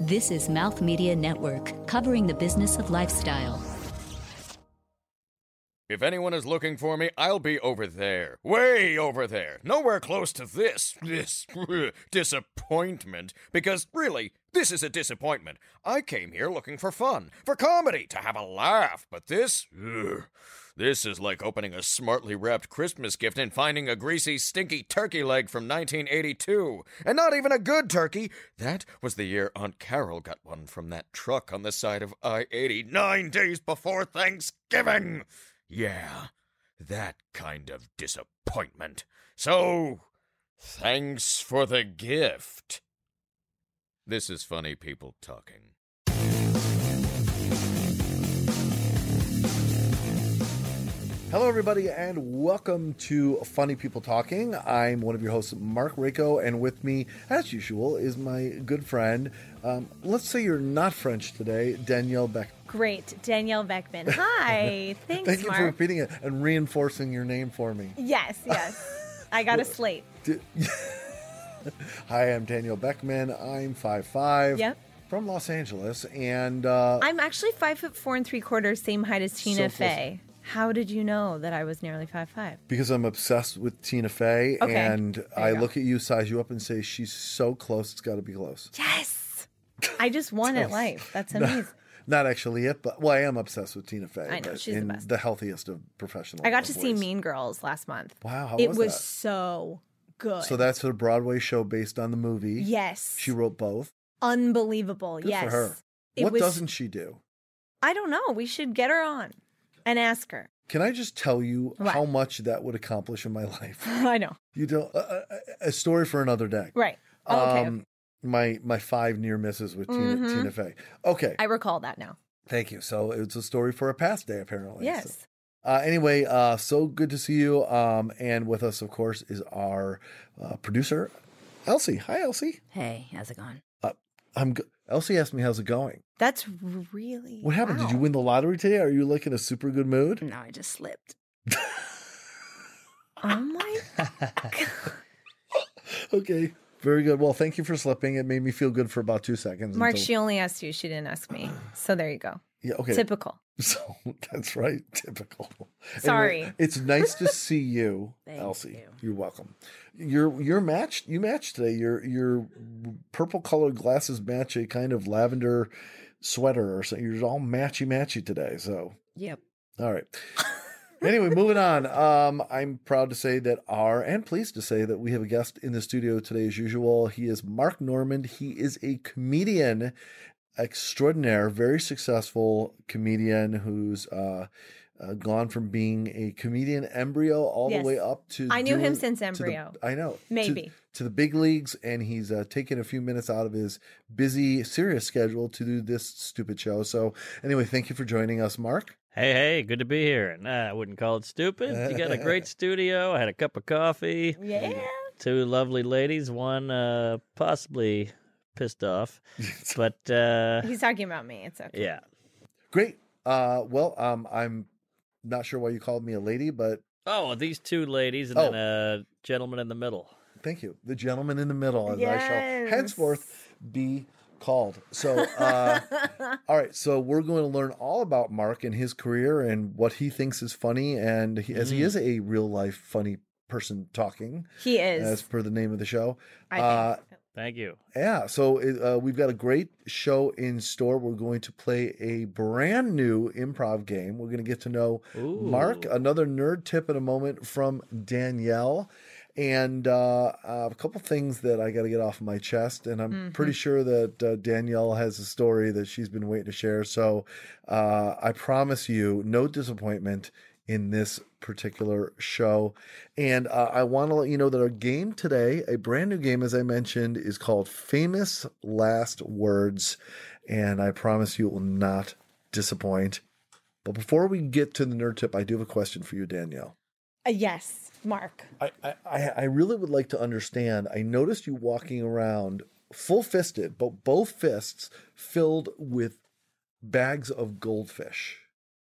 This is Mouth Media Network, covering the business of lifestyle. If anyone is looking for me, I'll be over there. Way over there. Nowhere close to this. This disappointment. Because, really, this is a disappointment. I came here looking for fun, for comedy, to have a laugh. But this. ugh, this is like opening a smartly wrapped Christmas gift and finding a greasy, stinky turkey leg from 1982. And not even a good turkey. That was the year Aunt Carol got one from that truck on the side of I 80 nine days before Thanksgiving. Yeah, that kind of disappointment. So, thanks for the gift. This is Funny People Talking. Hello, everybody, and welcome to Funny People Talking. I'm one of your hosts, Mark Rako, and with me, as usual, is my good friend. Um, let's say you're not French today, Danielle Beck. Great, Danielle Beckman. Hi, thanks, Thank you Mark. for repeating it and reinforcing your name for me. yes, yes. I got a slate. D- Hi, I'm Danielle Beckman. I'm 5'5 Yep. from Los Angeles, and uh, I'm actually five foot four and three quarters, same height as Tina So close. Fey. How did you know that I was nearly five five? because I'm obsessed with Tina Fey, Okay. and There you I go. look at you, size you up, and say, She's so close, it's got to be close. Yes, I just won at life. That's amazing. Not actually it, but well, I am obsessed with Tina Fey. I know, but she's the in best. the healthiest of professional. I got to see ways. Mean Girls last month. Wow, how it was was, that? so good. So that's her Broadway show based on the movie. yes, she wrote both. unbelievable. Good yes, for her. It what was- doesn't she do? I don't know. We should get her on and ask her. Can I just tell you What? how much that would accomplish in my life? I know, You don't. Uh, a story for another day. Um, right? Oh, okay, Mm-hmm. my my five near misses with Tina, Tina Fey. Okay, I recall that now. thank you. So it's a story for a past day, apparently. So- Yes. Uh, anyway, uh, so good to see you. Um, and with us, of course, is our uh, producer, Elsie. Hi, Elsie. Hey, how's it going? I'm go- Elsie asked me, "How's it going? That's really What happened? Did you wow. win the lottery today? Are you like in a super good mood?" No, I just slipped. Oh my! okay, very good. Well, thank you for slipping. It made me feel good for about two seconds. Mark, until- she only asked you. She didn't ask me. So there you go. yeah, okay. Typical. so that's right. Typical. Anyway, Sorry. it's nice to see you, Thank Elsie. you. You're welcome. You're you're matched. You matched today. Your your purple colored glasses match a kind of lavender sweater or something. You're all matchy matchy today. So Yep. all right. Anyway, moving on. Um, I'm proud to say that our and pleased to say that we have a guest in the studio today as usual. He is Mark Normand. He is a comedian extraordinaire, very successful comedian who's uh, uh, gone from being a comedian embryo all Yes. the way up to. I knew doing- him since to the- embryo. I know. to- Maybe. To, the big leagues, and he's uh, taken a few minutes out of his busy, serious schedule to do this stupid show. So, anyway, thank you for joining us, Mark. Hey, hey, good to be here. Nah, I wouldn't call it stupid. You got a great studio. I had a cup of coffee. Yeah. Two lovely ladies, one uh, possibly pissed off. But uh, He's talking about me. It's okay. yeah. Great. Uh, well, um, I'm not sure why you called me a lady, but Oh, these two ladies and then Oh. a gentleman in the middle. thank you. The gentleman in the middle, as I shall Yes. henceforth be called. So, uh, all right. So we're going to learn all about Mark and his career and what he thinks is funny, and he, as he Mm. is a real life funny person talking, He as is. per the name of the show. I think. uh, Thank you. Yeah, so uh, we've got a great show in store. We're going to play a brand new improv game. We're going to get to know Mark, Ooh. another nerd tip in a moment from Danielle, and uh, uh, a couple things that I got to get off my chest. And I'm pretty sure that uh, Danielle has a story that she's been waiting to share. So uh, I promise you, no disappointment in this particular show. And uh, I want to let you know that our game today, a brand new game, as I mentioned, is called Famous Last Words. And I promise you it will not disappoint. But before we get to the nerd tip, I do have a question for you, Danielle. Uh, yes, Mark. I, I- I, I really would like to understand. I noticed you walking around full fisted, but both fists filled with bags of goldfish,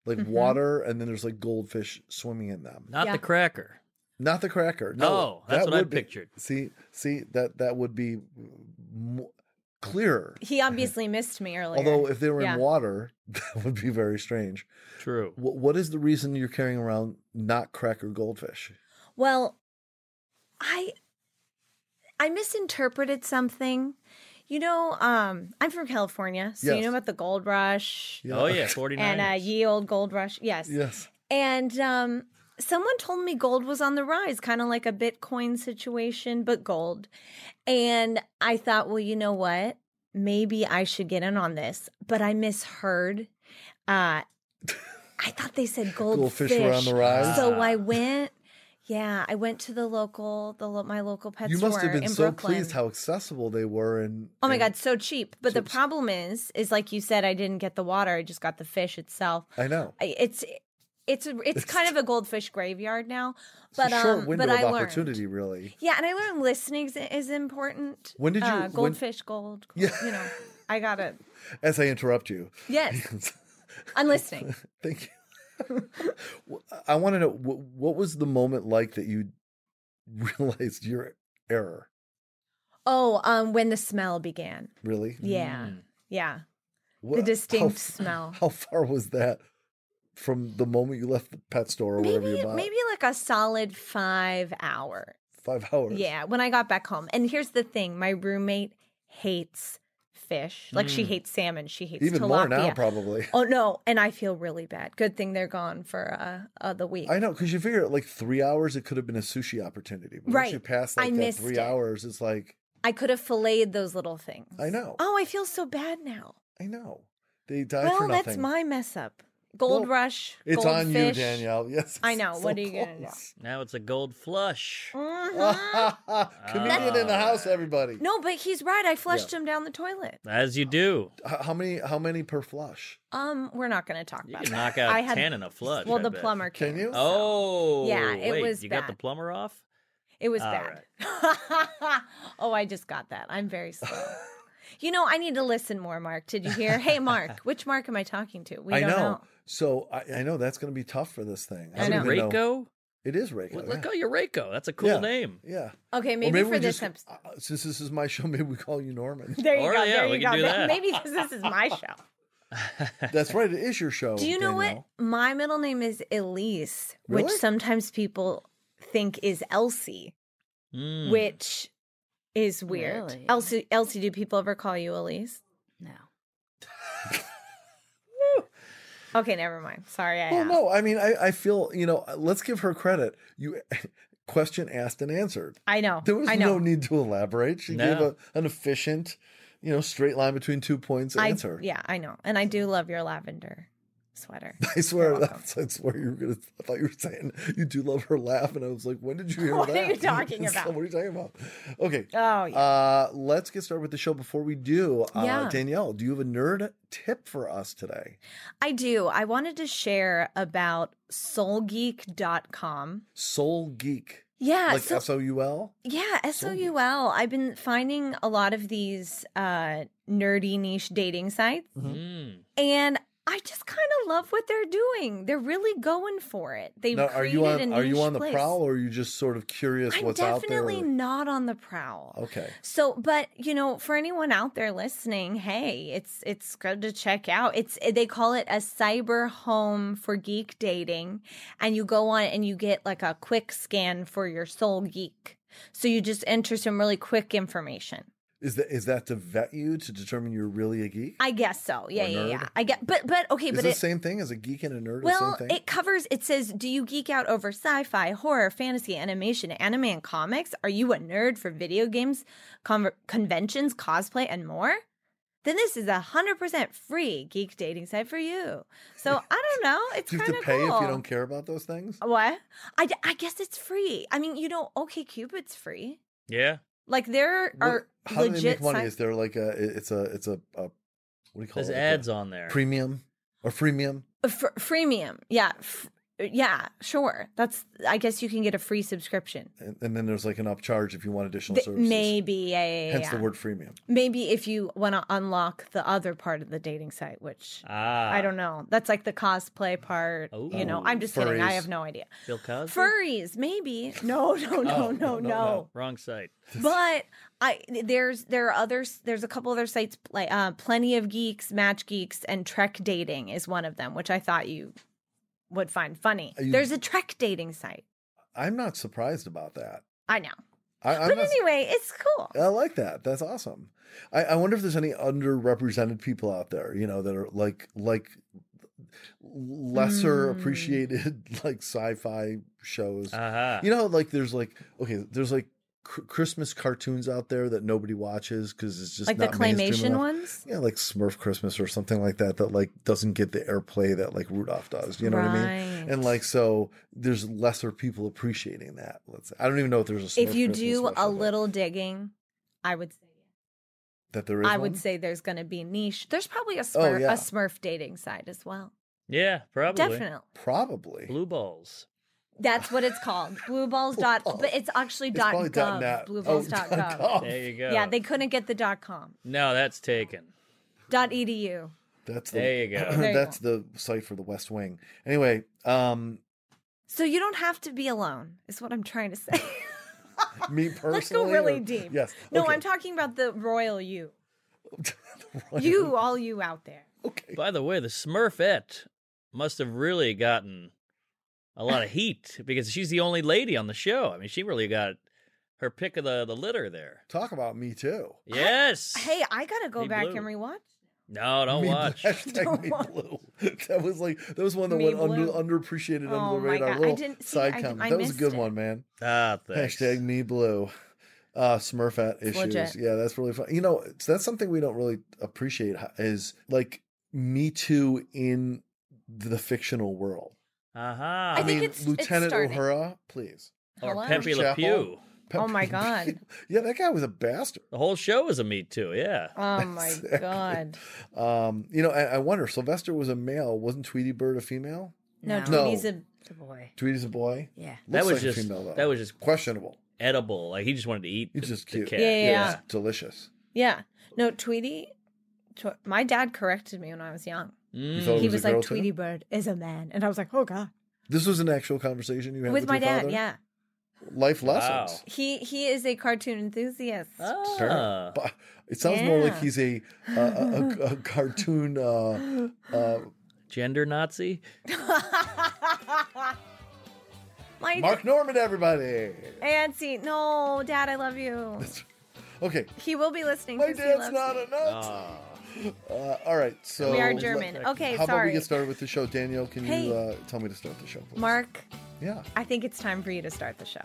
like water, and then there's like goldfish swimming in them. Not Yeah. the cracker. Not the cracker. No, Oh, that's that what I would be- pictured. See, see that that would be mo- clearer. He obviously missed me earlier. Although if they were Yeah. in water, that would be very strange. True. Wh- what is the reason you're carrying around not cracker goldfish? Well, I I misinterpreted something. You know, um, I'm from California, so you Yes. know about the gold rush Oh yeah, 49. and uh, ye old gold rush. Yes. Yes. And um, someone told me gold was on the rise, kind of like a Bitcoin situation, but gold. And I thought, well, you know what? Maybe I should get in on this, but I misheard. Uh, I thought they said goldfish. Goldfish were on the rise. Ah. So I went. Yeah, I went to the local, the lo- my local pet you store. must have been in so Brooklyn. pleased how accessible they were and Oh my and- god, so cheap. But the So- problem is, is like you said, I didn't get the water. I just got the fish itself. I know. I- it's it's a, it's kind of a goldfish graveyard now. But it's a short um, window but of I learned. opportunity really. Yeah, and I learned listening is, is important. When did you- uh, when- goldfish gold? gold Yeah. you know, I got it. As I interrupt you. Yes, I'm listening. Thank you. I want to know wh- what was the moment like that you realized your error, Oh, um, when the smell began. really? Yeah, Mm. yeah, What, the distinct how, smell. How far was that from the moment you left the pet store or wherever Maybe you bought? maybe like a solid five hour. five hours. Yeah, when I got back home. And here's the thing my roommate hates fish. Like she hates salmon. She hates Mm. Even tilapia. more now, probably. Oh no, and I feel really bad. Good thing they're gone for uh, uh the week. I know, because you figure at like three hours, it could have been a sushi opportunity. But Once Right. you pass I like that missed three it. hours, it's like, I could have filleted those little things. I know. Oh, I feel so bad now. I know. They died for well, nothing. that's my mess up. Gold Well, rush. It's on goldfish. you, Danielle. Yes. I it's know. What are you gonna do? close. Now it's a gold flush. Comedian in the house, everybody. Mm-hmm. Ah. No, but he's right. I flushed him down the toilet. As you do, H- How many? How many per flush? Um, we're not going to talk you about can that. knock out I had, ten in a flush. Well, I the bet. plumber Can you? Oh, Yeah, it wait, was You got the bad. plumber off. It was All bad. oh, I just got that. I'm very slow. you know, I need to listen more, Mark. Did you hear? Hey, Mark, which Mark am I talking to? We I know. don't know. So I, I know that's going to be tough for this thing. I Is it know. don't even know- Reiko? It is Reiko. Let- yeah. Let's call you Reiko. That's a cool Yeah. name. Yeah. Okay, Or maybe, we for this just, episode. uh, since this is my show, maybe we call you Norman. There you Or, go. yeah, there we you can go. do that. Maybe this, this is my show. That's right. It is your show. Do you know Oh, Danielle. what? My middle name is Elise, which Really? sometimes people think is Elsie, Mm-hmm. Mm. which is weird. Really? Elsie, Elsie, do people ever call you Elise? No. Okay, never mind. Sorry, I Well, asked. Oh, no. I mean, I, I feel you know. uh, Let's give her credit. You question asked and answered. I know. There was I no know. need to elaborate. She No. gave a, an efficient, you know, straight line between two points I, answer. yeah, I know. And I do love your lavender sweater. I swear, welcome. that's, I swear you were gonna. I thought you were saying you do love her laugh, and I was like, when did you hear What are that? you talking It's like, about? what are you talking about? Okay. Oh, yeah. Uh, let's get started with the show. Before we do, uh, Yeah. Danielle, do you have a nerd tip for us today? I do. I wanted to share about soulgeek.com. Soul geek, Yeah, like so- S O U L. yeah, S O U L. I've been finding a lot of these uh, nerdy niche dating sites, Mm. and I just kind of love what they're doing. They're really going for it. They've Now, are created you a on? niche Are you on the place. prowl, or are you just sort of curious I'm what's definitely out there? not on the prowl. Okay. So, but you know, for anyone out there listening, hey, it's it's good to check out. It's eh, they call it a cyber home for geek dating, and you go on and you get like a quick scan for your soul geek. So you just enter some really quick information. Is that is that to vet you to determine you're really a geek? I guess so. Yeah, Or yeah, yeah. nerd. I get, but but okay, is but the it, same thing as a geek and a nerd? well, the same thing? it covers. It says, do you geek out over sci-fi, horror, fantasy, animation, anime, and comics? Are you a nerd for video games, con- conventions, cosplay, and more? Then this is a hundred percent free geek dating site for you. So I don't know. It's do you kind have to of pay cool. if you don't care about those things? What? I, d- I guess it's free. I mean, you know, OK Cupid's free. Yeah. Like there What- are how legit do they make money? site- Is there like a it- it's a it's a, a what do you call There's it? Like ads a on there. premium or freemium? Fr- uh, freemium. Yeah. F- yeah, sure. That's I guess you can get a free subscription. And, and then there's like an upcharge if you want additional Th- services. maybe, yeah, yeah, yeah, Hence yeah. the word freemium. Maybe if you want to unlock the other part of the dating site, which Ah, I don't know. That's like the cosplay part. You know, Ooh. I'm just Oh, kidding. I Furries. have no idea. Bill Cosby. Furries, maybe. No, no, no, Oh, no, no. Wrong site. But I there's there are others. There's a couple other sites like uh, Plenty of Geeks, Match Geeks, and Trek Dating is one of them, which I thought you would find funny. Are you- There's a Trek dating site. I'm not surprised about that. I know, I, I'm but not- anyway, it's cool. I like that. That's awesome. I, I wonder if there's any underrepresented people out there, you know, that are like like lesser Mm. appreciated like sci-fi shows. Uh-huh. you know, like there's like okay, there's like cr- Christmas cartoons out there that nobody watches because it's just like the not mainstream claymation enough. ones. Yeah, like Smurf Christmas or something like that that like doesn't get the airplay that like Rudolph does. You know what I mean? And like so, there's lesser people appreciating that. Let's. I don't even know if there's a. Smurf if you Christmas do a special, but- little digging, I would say that there is. I would one? say there's going to be niche. There's probably a Oh, Smurf, yeah. a Smurf dating site as well. Yeah, probably. Definitely. Probably. Blue balls. That's what it's called. Blueballs Blue dot, balls. but it's actually It's dot probably gov. dot net. Oh, Blueballs dot dot gov. gov. There you go. Yeah, they couldn't get the dot com. No, that's taken. Dot edu. That's the, There you go. There you that's the site for the West Wing. Anyway, um, So you don't have to be alone. Is what I'm trying to say. me personally. Let's go really or- deep. Yes. No, okay. I'm talking about the royal you. Right. You, all you out there. Okay. By the way, the Smurfette must have really gotten a lot of heat because she's the only lady on the show. I mean, she really got her pick of the, the litter there. Talk about me too. Yes. Hey, I gotta go Be back blue. and rewatch. No, don't Me- watch. hashtag Don't me watch. blue. That was like that was one that Me went under, blue. underappreciated Oh under the my radar. God, I Little didn't- see, side I- comment. I that was a missed good it. one, man. Ah, thanks. Hashtag me blue. Uh, Smurfette issues. legit. Yeah, that's really fun. You know, it's- that's something we don't really appreciate h- is like Me Too in the fictional world. Uh-huh. I think it's- it's Lieutenant starting. O'Hara, please. or Hello? Pepe Le Chapel. Pew. Oh my God. yeah, that guy was a bastard. The whole show was a Me Too, yeah. Oh my Exactly. god. Um, you know, I, I wonder. Sylvester was a male. Wasn't Tweety Bird a female? No, No. No. Tweety's a It's a boy. Tweety's a boy. Yeah. That Looks like was a just- female, though. that was just- questionable. Edible. Like, he just wanted to eat It's the, just the cute. cat. Yeah, yeah, It's yeah. delicious. Yeah. No, Tweety. Tw- my dad corrected me when I was young. You Mm. thought it he was, was, Oh, a girl like, too? Tweety Bird is a man. And I was like, oh, God. This was an actual conversation you had with, With my your dad, father? yeah. Life Wow. lessons. He he is a cartoon enthusiast. Ah. But it sounds more like Yeah. he's a a, a, a- a cartoon. Uh, uh, Gender Nazi? my Mark Norman, everybody. Nancy, no, Dad, I love you. Okay, He will be listening. my 'cause he dad's loves not me. a nut. Ah. Uh, all right, so We are let- uh, German. Okay, How about we sorry. get started with the show? Daniel, can you Hey. uh, tell me to start the show? Please? Mark, Yeah. I think it's time for you to start the show.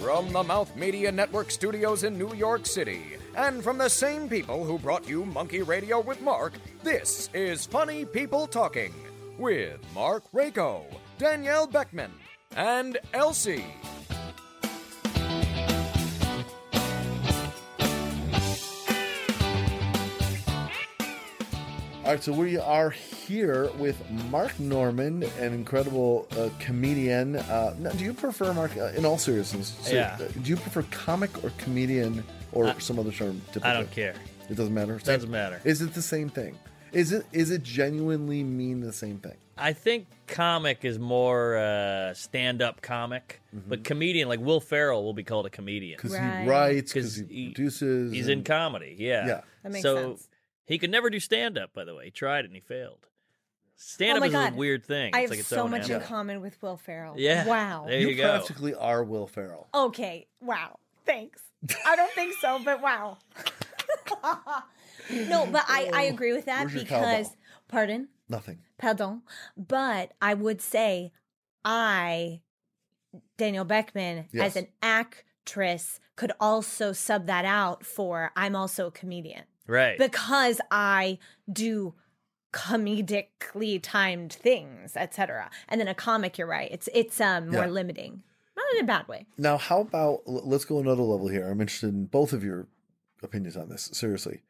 From the Mouth Media Network studios in New York City, and from the same people who brought you Monkey Radio with Mark, this is Funny People Talking with Mark Rako, Danielle Beckman, and Elsie. All right, so we are here with Mark Norman, an incredible uh, comedian. Uh, now, do you prefer Mark? Uh, in all seriousness, so, Yeah. uh, do you prefer comic or comedian or some other term? Typically? I don't care. It doesn't matter. Doesn't matter. Is it the same thing? Is it is it genuinely mean the same thing? I think comic is more uh, stand-up comic, but comedian like Will Ferrell will be called a comedian Because Right. he writes, Mm-hmm. 'Cause because he, he- produces. he's and- in comedy. Yeah, Yeah. That makes so sense. he could never do stand-up. By the way, he tried it and he failed. Stand-up Oh my is God. a weird thing. I it's have like its so own much in animal. common with Will Ferrell. Yeah. Wow. There you, you go. practically are Will Ferrell. Okay. Wow. Thanks. I don't think so, but wow. no, but I, I agree with that Oh, Where's your because, cowbell? pardon, Nothing. pardon, but I would say I, Daniel Beckman, Yes. as an actress, could also sub that out for I'm also a comedian Right. because I do comedically timed things, etc. And then a comic, you're right. It's it's um more Yeah. limiting, not in a bad way. Now, how about l- let's go another level here? I'm interested in both of your opinions on this. Seriously,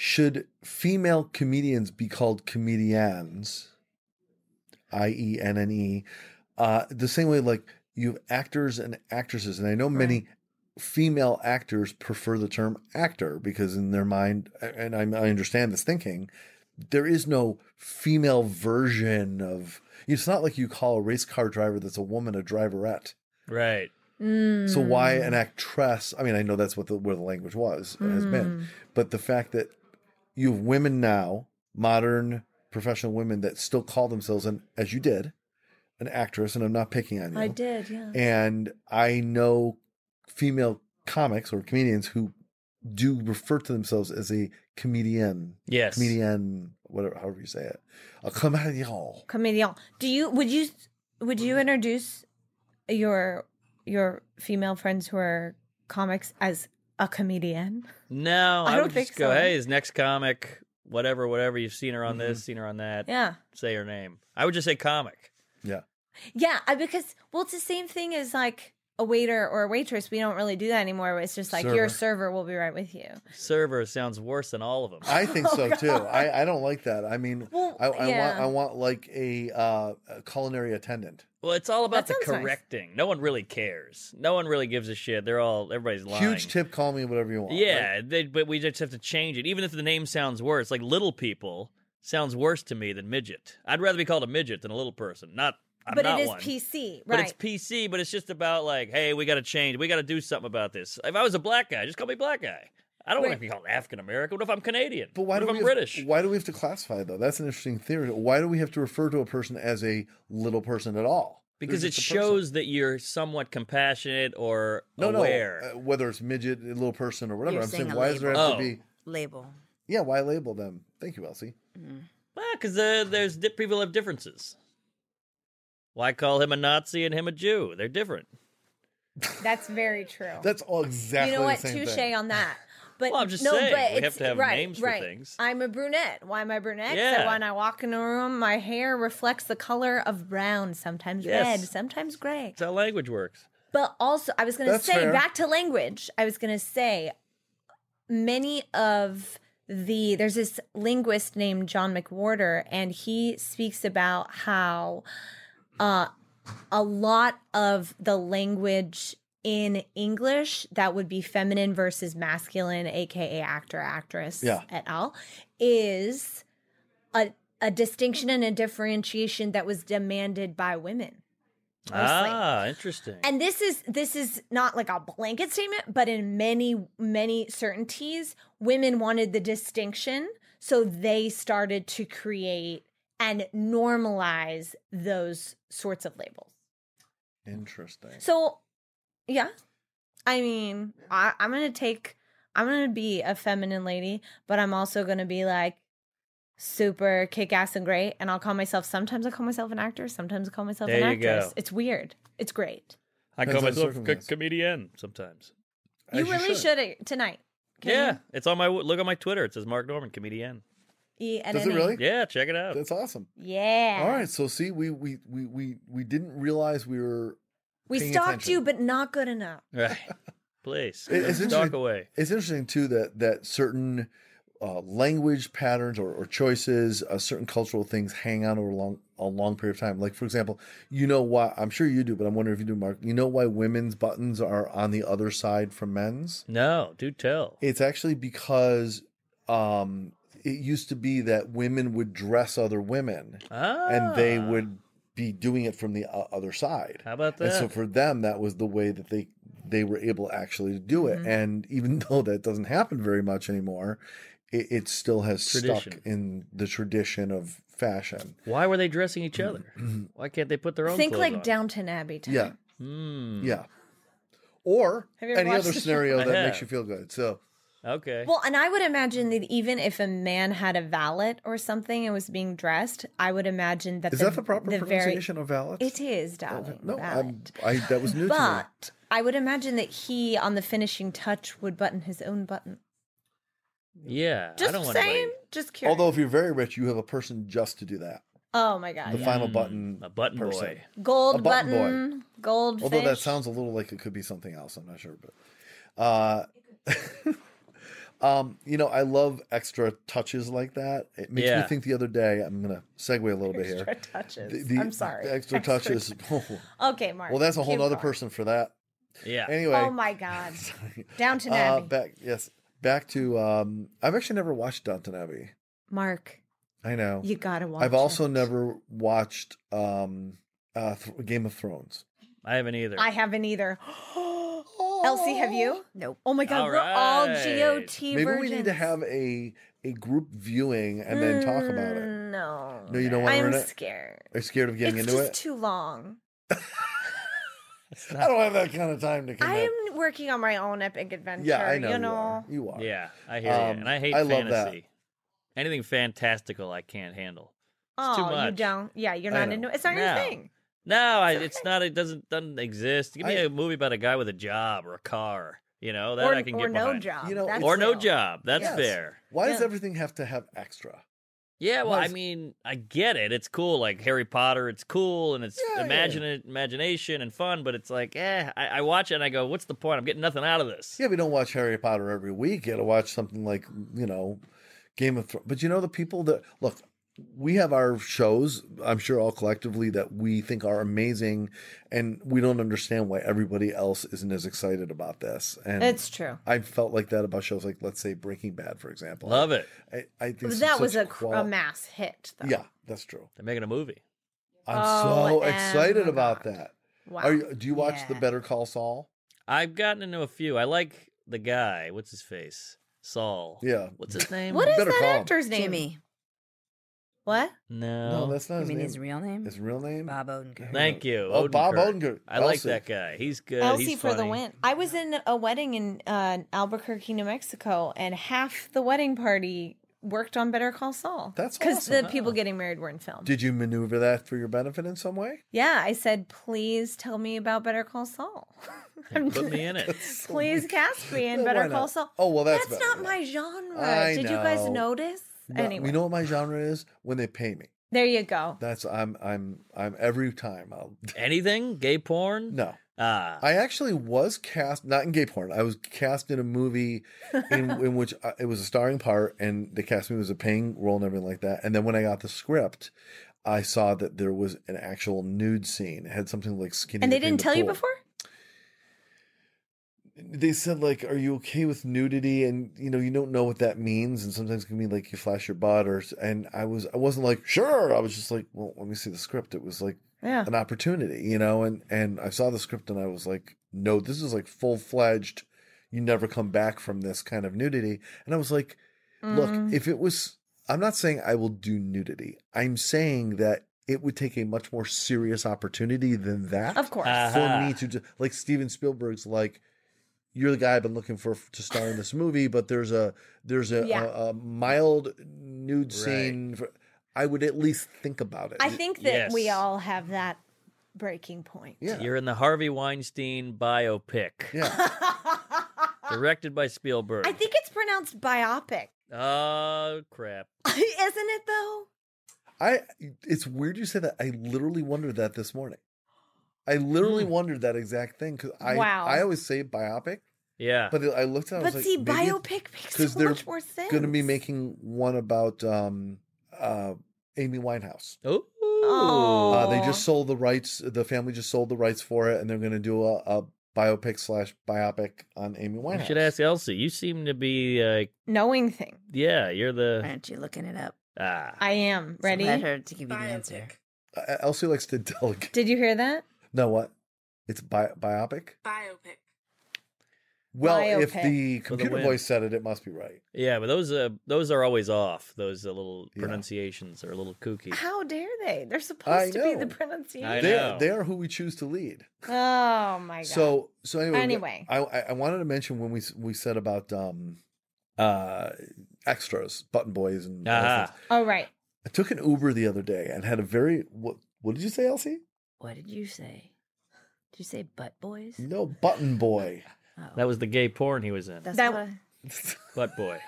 Should female comedians be called comedians? I E N N E. Uh, the same way, like you have actors and actresses, and I know many female actors prefer the term actor because in their mind, and I, I understand this thinking, there is no female version of. It's not like you call a race car driver that's a woman a driverette. Right. So why Mm. an actress? I mean, I know that's what the where the language was has Mm. been, but the fact that you have women now, modern professional women that still call themselves an as you did, an actress, and I'm not picking on you. I did, yeah. And I know female comics or comedians who do refer to themselves as a comedian, Yes. comedian, whatever, however you say it, a comedian. Comedian. Do you would you would you introduce your your female friends who are comics as a comedian? No, I I, don't would think just go, so. hey, is next comic, whatever, whatever. You've seen her on this, seen her on that. Yeah. Say her name. I would just say comic. Yeah, Yeah, I, because well, it's the same thing as like a waiter or a waitress. We don't really do that anymore. It's just like Server. your server will be right with you. Server sounds worse than all of them. I think so too. I, I don't like that. I mean, Oh, Well, I, I want yeah. I want like a, uh, a culinary attendant, Well, it's all about the That sounds nice. correcting. No one really cares. No one really gives a shit. They're all everybody's lying. huge tip. Call me whatever you want. Yeah, right? they, but we just have to change it. Even if the name sounds worse, like little people sounds worse to me than midget. I'd rather be called a midget than a little person. Not, I'm but not it is one. PC, But right? it's PC. But it's just about like, hey, we got to change. We got to do something about this. If I was a black guy, just call me black guy. I don't want to be called African American. What if I'm Canadian? But why what do if we have, I'm British? Why do we have to classify though? That's an interesting theory. Why do we have to refer to a person as a little person at all? They're Because it just a person. shows that you're somewhat compassionate or No, aware. no. Uh, whether it's midget, little person, or whatever. You're I'm saying, saying a why does there have to label. be? Label. Yeah, why label them? Thank you, Elsie. Well, because uh, there's di- people have differences. Why call him a Nazi and him a Jew? They're different. That's very true. That's all exactly. you know what? The same Touche thing. on that. But Well, I'm just no, saying, but we have it's- to have right, names for right. things. I'm a brunette. Why am I brunette? Yeah. So when I walk in a room, my hair reflects the color of brown, sometimes Yes. red, sometimes gray. That's how language works. But also, I was going to That's say fair. back to language. I was going to say many of the there's this linguist named John McWhorter, and he speaks about how uh, a lot of the language in English that would be feminine versus masculine, aka actor, actress, Yeah. et al., is a a distinction and a differentiation that was demanded by women. mostly. Ah, interesting. And this is this is not like a blanket statement, but in many many certainties, women wanted the distinction, so they started to create and normalize those sorts of labels. Interesting. So, yeah, I mean, I, I'm gonna take, I'm gonna be a feminine lady, but I'm also gonna be like super kick ass and great, and I'll call myself. Sometimes I call myself an actor, sometimes I call myself There an you go. actress. It's weird. It's great. I Depends call on the myself a circumstance. comedian sometimes. As you really should, it tonight. Can yeah, you? it's on my look on my Twitter. It says Mark Norman comedian. E and Does it really? Yeah, check it out. That's awesome. Yeah. All right. So see, we we we we we didn't realize we were We paying stalked attention. you, but not good enough. right, please It- it's talk interesting- away. It's interesting too that that certain uh, language patterns or, or choices, uh, certain cultural things hang on over a long a long period of time. Like for example, you know why I'm sure you do, but I'm wondering if you do, Mark. You know why women's buttons are on the other side from men's? No, do tell. It's actually because um, it used to be that women would dress other women, Ah, and they would be doing it from the uh, other side. How about And that? so for them, that was the way that they they were able actually to do Mm-hmm. it. And even though that doesn't happen very much anymore, it, it still has Tradition. stuck in the tradition of fashion. Why were they dressing each other? Why can't they put their own? Think clothes like on? Downton Abbey time. Yeah, Hmm. yeah. Or Have you ever any watched other the- scenario I that makes have. you feel good. So Okay. Well, and I would imagine that even if a man had a valet or something and was being dressed, I would imagine that is the, that the proper the pronunciation of valet? Very, it is, darling. Okay. No, valet. I'm, I that was new to me. but I would imagine that he, on the finishing touch, would button his own button. yeah. I Just don't want saying, just curious. Although if you're very rich, you have a person just to do that. oh my god, The yeah. final button, a button person. boy. gold a button button, boy. gold. Although that fish. sounds a little like it could be something else, I'm not sure, but uh, Um, you know, I love extra touches like that. It makes me Yeah. think the other day, I'm going to segue a little bit here. Extra touches. The- the- I'm sorry. the extra touches. Okay, Mark. well, that's a whole keep other going. person for that. Yeah. Anyway. Oh my God. Down to Uh, Nabby. back yes, back to um. I've actually never watched Downton Abbey. Mark, I know. you gotta watch. I've also it. never watched um, uh, Th- Game of Thrones. I haven't either. I haven't either. Elsie, have you? Nope. Oh my God, All we're all right. GOT Maybe virgins. we need to have a a group viewing and then talk about it. Mm, No. No, you don't wanna I'm ruin it? scared. Are you scared of It's getting into just it? too long. It's I not- don't have that kind of time to I commit. am working on my own epic adventure. yeah, I know. You You, know. are. You are. yeah, I hear Um, you. And I hate I love fantasy. that. Anything fantastical, I can't handle. oh, It's too you much. don't. Yeah, you're I not know. into. It's not your No. thing. No, I, it's not. It doesn't doesn't exist. Give me I- a movie about a guy with a job or a car. You know that or I can or get no behind. job. You know, That's Or no real. job. That's Yes. fair. Why does Yeah. everything have to have extra? Yeah, well, Why I is- mean, I get it. It's cool, like Harry Potter. It's cool, and it's Yeah, yeah, imagine imagination and fun. But it's like, eh, I, I watch it and I go, "What's the point? I'm getting nothing out of this." Yeah, we don't watch Harry Potter every week. You got to watch something like you know, Game of Thrones. But you know the people that look. We have our shows. I'm sure all collectively that we think are amazing, and we don't understand why everybody else isn't as excited about this. And It's true. I felt like that about shows like let's say Breaking Bad, for example. Love it. I, I think it's that such was a, cr- a qual- mass hit. Though. Yeah, that's true. They're making a movie. I'm Oh, so excited my about God. that. Wow. Are you, do you watch the Yeah. Better Call Saul? I've gotten into a few. I like the guy. What's his face? Saul. Yeah. What's his name? what is Better that call him. actor's name? Jimmy. What? No. No, that's not You his mean name. his real name? His real name? Bob Odenkirk. Thank you. Oh, Bob Odenkirk. I like Elsie. that guy. He's good. Elsie He's Oh, for the funny. win. I was in a wedding in uh, Albuquerque, New Mexico, and half the wedding party worked on Better Call Saul. That's because awesome. the people getting married were in film. Did you maneuver that for your benefit in some way? yeah, I said, please tell me about Better Call Saul. I'm- Put me in it. please cast me in Well, why Better not? Call Saul. Oh, well, that's that's better, not yeah. my genre. I Did you guys know. notice? No, anyway, You know what my genre is? When they pay me. there you go. That's I'm I'm I'm every time I'll Anything? Gay porn? no. Ah. I actually was cast not in gay porn. I was cast in a movie in, in which I, it was a starring part, and they cast me as a paying role and everything like that. And then when I got the script, I saw that there was an actual nude scene. It had something like skinny. And they dipping didn't the tell you pool. before? They said like, "Are you okay with nudity?" And you know, you don't know what that means, and sometimes it can mean like you flash your butt, or and I was I wasn't like sure. I was just like, well, let me see the script. It was like Yeah. an opportunity, you know, and and I saw the script and I was like, no, this is like full fledged, you never come back from this kind of nudity. And I was like, look, Mm. if it was, I'm not saying I will do nudity. I'm saying that it would take a much more serious opportunity than that. Of course. Uh, for Aha. me to do, like Steven Spielberg's like. You're the guy I've been looking for f- to star in this movie, but there's a there's a, Yeah. a, a mild nude Right. scene. For, I would at least think about it. I think that we Yes. all have that breaking point. yeah, You're in the Harvey Weinstein biopic, yeah. directed by Spielberg. I think it's pronounced biopic. Oh crap! Isn't it though? I it's weird you say that. I literally wondered that this morning. I literally wondered that exact thing because I Hmm. Wow. I always say biopic, Yeah, but I looked at it, I But was see, like, biopic makes because so they're much more sense. going to be making one about um uh Amy Winehouse. Ooh. Oh. Uh, they just sold the rights. The family just sold the rights for it, and they're going to do a, a biopic slash biopic on Amy You Winehouse. should ask Elsie. You seem to be like, knowing thing. yeah, you're Why the aren't you looking it up? ah. I am So ready. let her to give you the answer. Biopic. Uh, Elsie likes to delegate. Did you hear that? No, what? It's bi- biopic. Biopic. Well, if Biopic. the For the computer win. voice said it, it must be right. yeah, but those uh, those are always off. Those uh, little Yeah. pronunciations are a little kooky. How dare they? They're I supposed to be the know. I pronunciation. they, know. they are who we choose to lead. Oh my god. So so anyway, we- Anyway. I I I wanted to mention when we s- we said about um uh extras, button boys, and all those Ah. things. all right. I took an Uber the other day and had a very what what did you say, Elsie? What did you say? Did you say butt boys? No, button boy. Oh. That was the gay porn he was in. That's That- what I- Butt boy.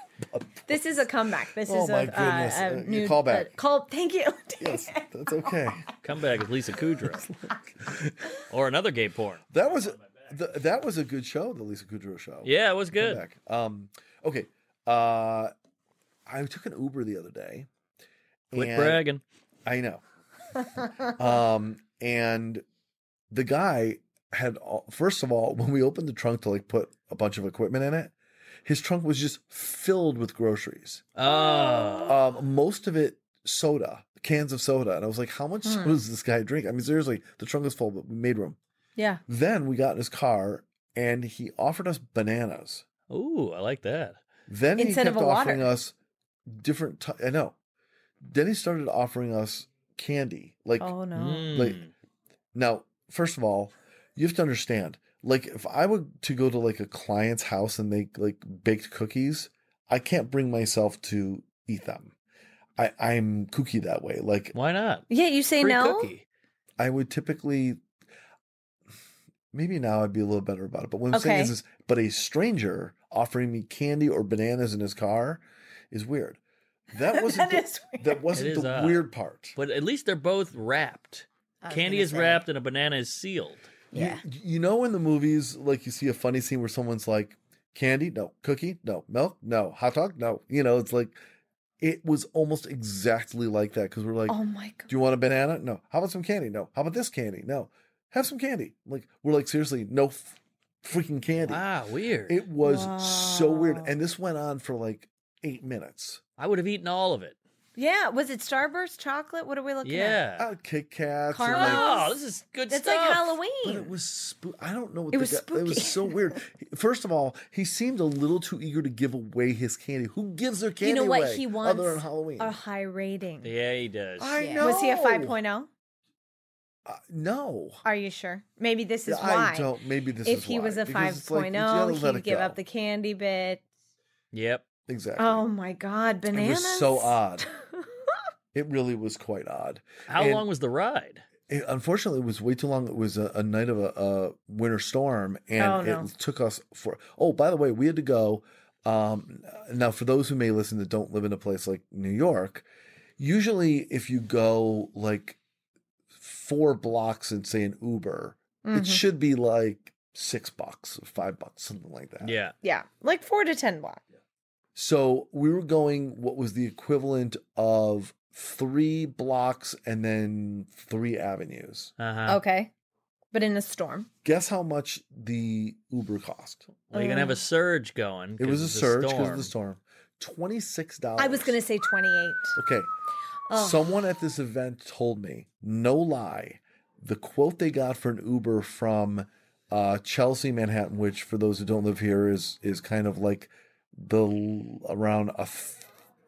This is a comeback. This Oh is my a, goodness. uh, Uh, a you new call back. uh, call. Thank you. yes, that's okay. Come back as Lisa Kudrow, or another gay porn. That was th- that was a good show, the Lisa Kudrow show. Yeah, it was Come good. back. Um, okay. Uh, Uh, I took an Uber the other day. Quit and- bragging. I know. um, and the guy had all, first of all, when we opened the trunk to like put a bunch of equipment in it, his trunk was just filled with groceries. Oh, Um, most of it soda, cans of soda, and I was like, "How much Hmm. soda does this guy drink?" I mean, seriously, the trunk is full, but we made room. Yeah. Then we got in his car, and he offered us bananas. ooh, I like that. Then he Instead kept of a water. offering us different. T- I know. Then he started offering us candy, like Oh no. Like- Mm. Now, first of all, you have to understand, like if I were to go to like a client's house and they like baked cookies, I can't bring myself to eat them. I, I'm kooky that way. Like Why not? Yeah, you say Free no. cookie. I would typically maybe now I'd be a little better about it. But what I'm saying is, Okay. is but a stranger offering me candy or bananas in his car is weird. That wasn't that the, is weird. that wasn't It is the odd. weird part. But at least they're both wrapped. Candy is wrapped and a banana is sealed. You- Yeah. You, know, in the movies, like you see a funny scene where someone's like, candy? No. Cookie? No. Milk? No. Hot dog? No. You know, it's like, it was almost exactly like that because we're like, oh my do you want a banana? No. How about some candy? No. How about this candy? No. Have some candy. Like, we're like, seriously, no f- freaking candy. Ah, weird. It was so weird. Wow. And this went on for like eight minutes. I would have eaten all of it. Yeah, was it Starburst chocolate? What are we looking at? yeah. Uh, Kit Kats. and, Caramel. like, oh, this is good It's stuff. like But Halloween. it was spoo- I don't know what It the was guy- It spooky. was so weird. First of all, he seemed a little too eager to give away his candy. Who gives their candy you know what away he wants? other than Halloween? A high rating. Yeah, he does. I Yeah. know. Was he a 5.0? Uh, no. Are you sure? Maybe this is why. I don't. Maybe this if is he why. was a Because 5.0, it's like, yeah, let he'd it give go. up the candy bit. Yep. exactly. Oh my god, it bananas. was so odd. it really was quite odd. How And- long was the ride? It, unfortunately, it was way too long. It was a, a night of a, a winter storm, and Oh, no. it took us for. Oh, by the way, we had to go. Um, now, for those who may listen that don't live in a place like New York, usually if you go like four blocks and say an Uber, Mhm. it should be like six bucks, five bucks, something like that. Yeah. Yeah, like 4 to 10 block. So we were going what was the equivalent of three blocks and then three avenues. Uh-huh. Okay. But in a storm. guess how much the Uber cost? Well, you're going to um, have a surge going. It was a 'cause it's surge because of the storm. Twenty six dollars. I was going to say 28. Okay, Oh. someone at this event told me, no lie, the quote they got for an Uber from uh, Chelsea, Manhattan, which for those who don't live here is is kind of like the l- around a th-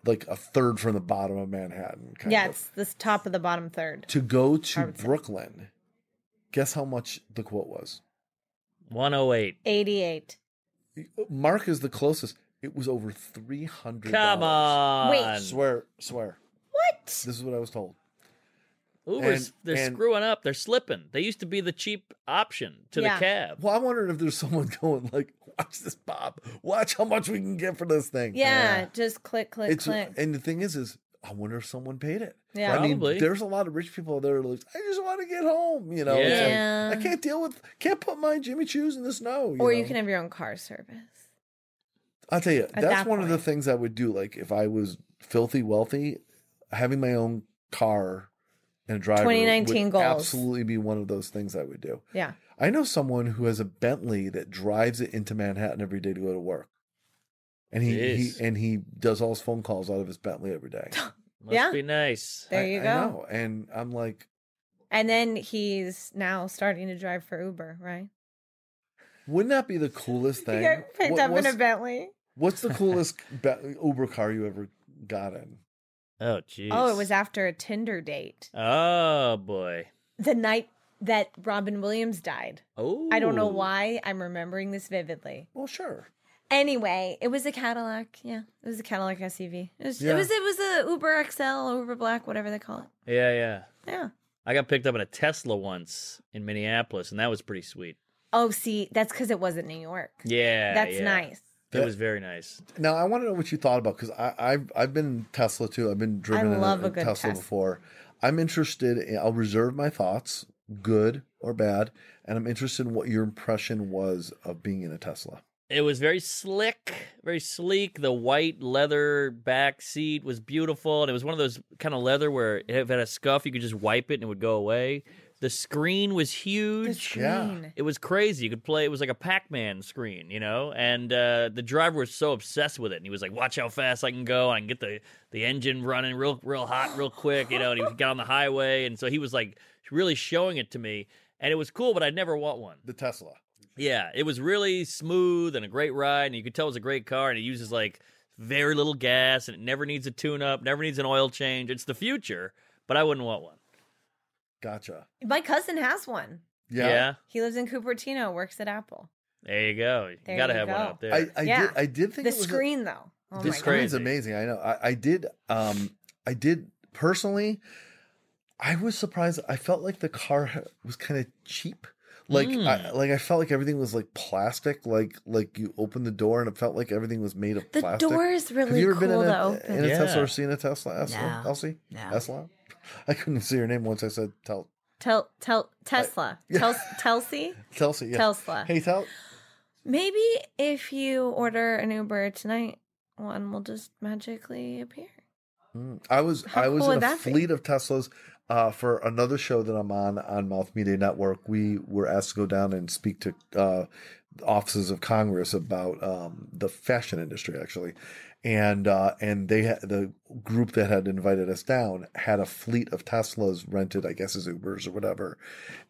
like a third from the bottom of Manhattan. Kind yeah, of. it's this top of the bottom third. to go I to would say. Brooklyn. Guess how much the quote was? 108. 88. Mark is the closest. It was over three hundred. Come on. Wait. Swear, swear. What? This is what I was told. Uber's, And- they're and- screwing up. They're slipping. They used to be the cheap option to Yeah. the cab. Well, I wondered if there's someone going like, "Watch this, Bob. Watch how much we can get for this thing." Yeah, just click, click, it's click. and the thing is, is I wonder if someone paid it. Yeah. I mean, Probably. there's a lot of rich people out there. Like, I just want to get home. You know, It's like, Yeah. I can't deal with, can't put my Jimmy Choo's in the snow. or know? you can have your own car service. I'll tell you, that's that one of the point. things I would do. Like if I was filthy wealthy, having my own car and a driver 2019 would goals. absolutely be one of those things I would do. Yeah. I know someone who has a Bentley that drives it into Manhattan every day to go to work. And he, he Jeez. and he does all his phone calls out of his Bentley every day. Must Yeah. be nice. There I- you I go. know. And I'm like, And then he's now starting to drive for Uber, right? wouldn't that be the coolest thing? He got picked What- up in what's, a Bentley. what's the coolest Be- Uber car you ever got in? Oh, jeez. Oh, it was after a Tinder date. Oh, boy. The night that Robin Williams died. Oh. I don't know why I'm remembering this vividly. Well, sure. Anyway, it was a Cadillac. Yeah, it was a Cadillac SUV. It was Yeah. it was it was a Uber XL, Uber Black, whatever they call it. Yeah, yeah. Yeah. I got picked up in a Tesla once in Minneapolis, and that was pretty sweet. Oh, see, that's because it wasn't New York. Yeah. that's yeah. nice. It was very nice. Now I want to know what you thought about because I I've I've been in Tesla too. I've been driven in love a, a in good Tesla Tesla. before. I'm interested. In, I'll reserve my thoughts, good or bad, and I'm interested in what your impression was of being in a Tesla. It was very slick, very sleek. The white leather back seat was beautiful, and it was one of those kind of leather where if it had a scuff, you could just wipe it and it would go away. The screen was The huge. Yeah. screen. It was crazy. You could play. It was like a Pac-Man screen, you know. And uh, the driver was so obsessed with it, and he was like, "Watch how fast I can go. I can get the the engine running real, real hot, real quick." You know. And he got on the highway, and so he was like really showing it to me, and it was cool. But I'd never want one. The Tesla. Yeah, it was really smooth and a great ride, and you could tell it was a great car, and it uses like very little gas, and it never needs a tune-up, never needs an oil change. It's the future, but I wouldn't want one. Gotcha. My cousin has one. Yeah. He lives in Cupertino, works at Apple. there you go. You There gotta you have one go. out there. I, I Yeah. did. I did think The it was a- screen, though. Oh the my screen. God. screen's amazing. I know. I, I did. Um, I did personally. I was surprised. I felt like the car was kind of cheap. Like, I, Mm. like I felt like everything was like plastic. Like, like you open the door and it felt like everything was made of The plastic. door is Have really you ever cool been in to a, open. in a Tesla Yeah. or seen a Tesla? Tesla? No. Elsie? No. Tesla? I couldn't see her name once I said Tel Tel, tel, Tesla. Tel, Telsey? Telsie. Yeah. Tesla. Hey Tel. Maybe if you order an Uber tonight, one will just magically appear. Mm. I was How I was cool in would a that be? fleet of Teslas uh, for another show that I'm on on Mouth Media Network. We were asked to go down and speak to uh, offices of Congress about um, the fashion industry, actually, and uh, and they had the group that had invited us down had a fleet of Teslas rented, I guess, as Ubers or whatever,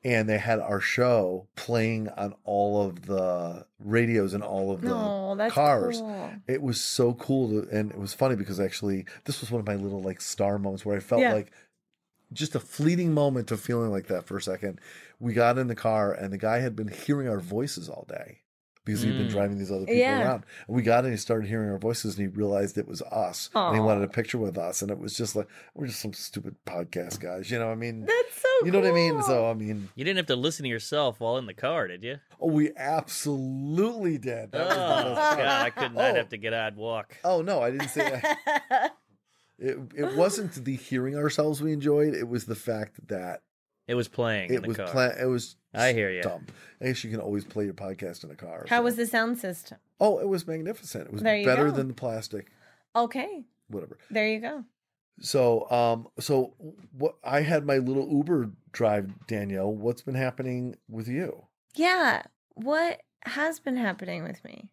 and they had our show playing on all of the radios and all of the No, that's cars cool. it was so cool to, and it was funny because actually this was one of my little like star moments where i felt Yeah. like just a fleeting moment of feeling like that for a second we got in the car and the guy had been hearing our voices all day because he'd been Mm. driving these other people Yeah. around and we got in he started hearing our voices and he realized it was us and he Aw. wanted a picture with us and it was just like we're just some stupid podcast guys you know what i mean That's so you know what i mean cool. so i mean You didn't have to listen to yourself while in the car, did you? oh we absolutely did Oh, That was the most fun. God, I couldn't. I'd Oh. have to get out and walk. oh no i didn't say that It it wasn't the hearing ourselves we enjoyed. It was the fact that It was playing. in it the was car. pla- It was. I hear ya. Dumb. I guess you can always play your podcast in a car. How so- was the sound system? Oh, it was magnificent. It was There you better go. than the plastic. Okay, Whatever. there you go. So, um, so what? I had my little Uber drive, Danielle. What's been happening with you? Yeah, what has been happening with me?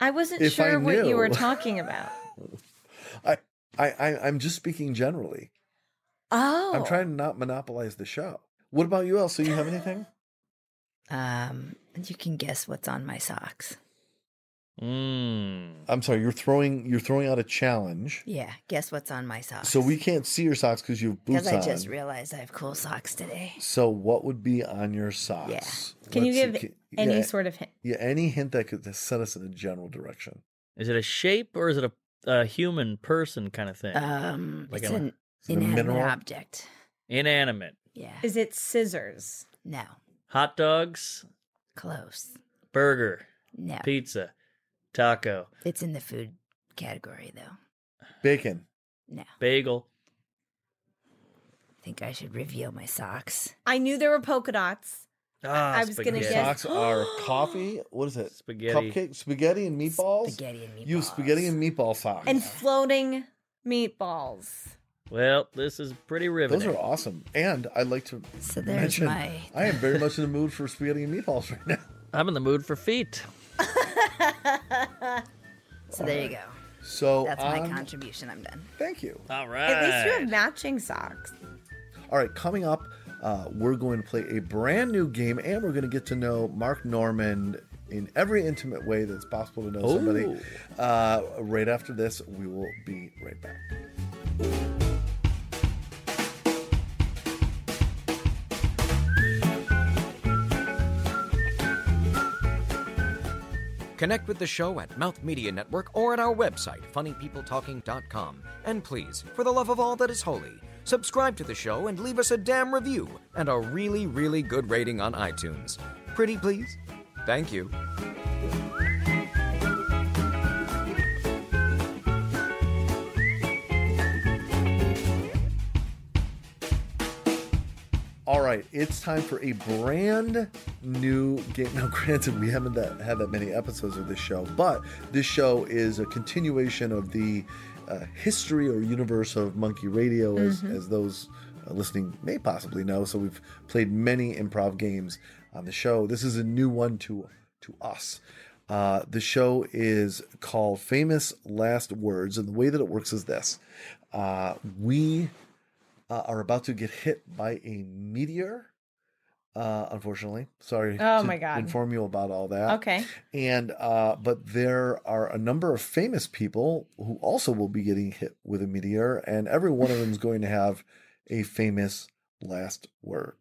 I wasn't If I sure what you were knew. talking about. I, I, I I'm just speaking generally. Oh, I'm trying to not monopolize the show. What about you, Elsa? You have anything? Um, you can guess what's on my socks. Mm. I'm sorry. You're throwing. You're throwing out a challenge. Yeah, guess what's on my socks. So we can't see your socks because you have boots because on. I just realized I have cool socks today. So what would be on your socks? Can you Let's see, give can- any yeah, sort of hint? yeah, any hint that could set us in a general direction? Is it a shape or is it a, a human person kind of thing? Uh. Um, Like it's a- an Is it a inanimate mineral? object. Inanimate. Yeah. Is it scissors? no. Hot dogs, Close. burger, No. pizza, taco, It's in the food category though. Bacon. No. I bagel. think I should reveal my socks. I knew there were polka dots. Ah, I was gonna spaghetti. guess- Socks are coffee. What is it? Spaghetti. Cupcake, spaghetti and meatballs. Spaghetti and meatballs. You have spaghetti and meatball socks. and floating meatballs. Well, this is pretty those riveting. are awesome. And I'd like to So there's mention my. I am very much in the mood for spaghetti and meatballs right now. I'm in the mood for feet. So there you go. So That's my um, contribution. I'm done. Thank you. All right. At least you have matching socks. All right, coming up, uh, we're going to play a brand new game and we're going to get to know Mark Norman in every intimate way that's possible to know somebody. Uh, right after this, we will be right back. Connect with the show at Mouth Media Network or at our website, funnypeopletalking.com. And please, for the love of all that is holy, subscribe to the show and leave us a damn review and a really, really good rating on iTunes. Pretty please? Thank you. All right, right, it's time for a brand new game. Now, granted, we haven't that, had that many episodes of this show, but this show is a continuation of the uh, history or universe of Monkey Radio, as, as those uh, listening may possibly know. So we've played many improv games on the show. This is a new one to to us. Uh, the show is called Famous Last Words, and the way that it works is this: uh, we uh, are about to get hit by a meteor. Uh, unfortunately, sorry. Oh to my God. Inform you about all that. Okay. And uh, but there are a number of famous people who also will be getting hit with a meteor, and every one of them is going to have a famous last word.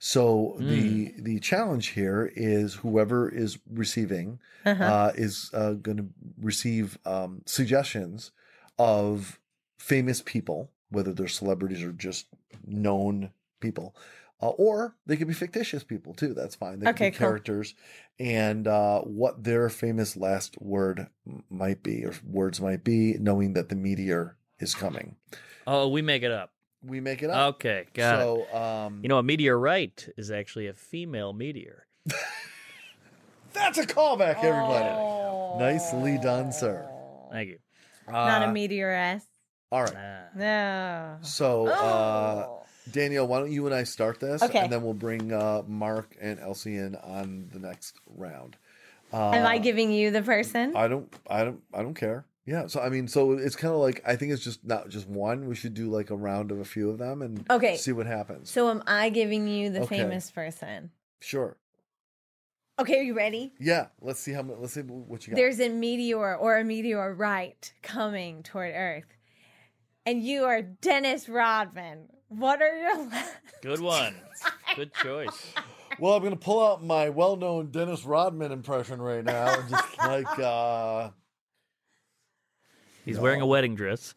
So Mm. the the challenge here is whoever is receiving Uh-huh. uh, is uh, going to receive um, suggestions of famous people, whether they're celebrities or just known people, uh, or they could be fictitious people too. That's fine. They could Okay, be cool. characters and uh, what their famous last word m- might be or words might be, knowing that the meteor is coming. Oh, we make it up. We make it up. Okay, got it. so, um, You know, a meteorite is actually a female meteor. that's a callback, everybody. Nicely done, sir. Thank you. Not Uh, a meteoress. All right. Ah. No. So, uh, Oh. Danielle, why don't you and I start this, Okay. and then we'll bring uh, Mark and Elsie in on the next round. Uh, Am I giving you the person? I don't. I don't. I don't care. Yeah. So I mean, so it's kind of like I think it's just not just one. We should do like a round of a few of them and Okay. see what happens. so am I giving you the Okay. famous person? sure. Okay, are you ready? Yeah. Let's see how. mu- Let's see what you got. There's a meteor or a meteorite coming toward Earth, and you are Dennis Rodman. What are your last? Good one. Good choice. well, I'm gonna pull out my well-known Dennis Rodman impression right now, and just like uh, He's wearing a wedding dress.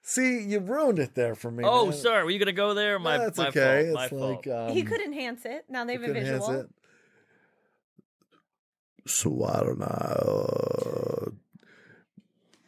see, you ruined it there for me. Oh, man. sorry. Were you gonna go there? My, That's my okay. fault. My it's like fault. um, he could enhance it. Now they have a Good hands visual. it. So I don't know. uh,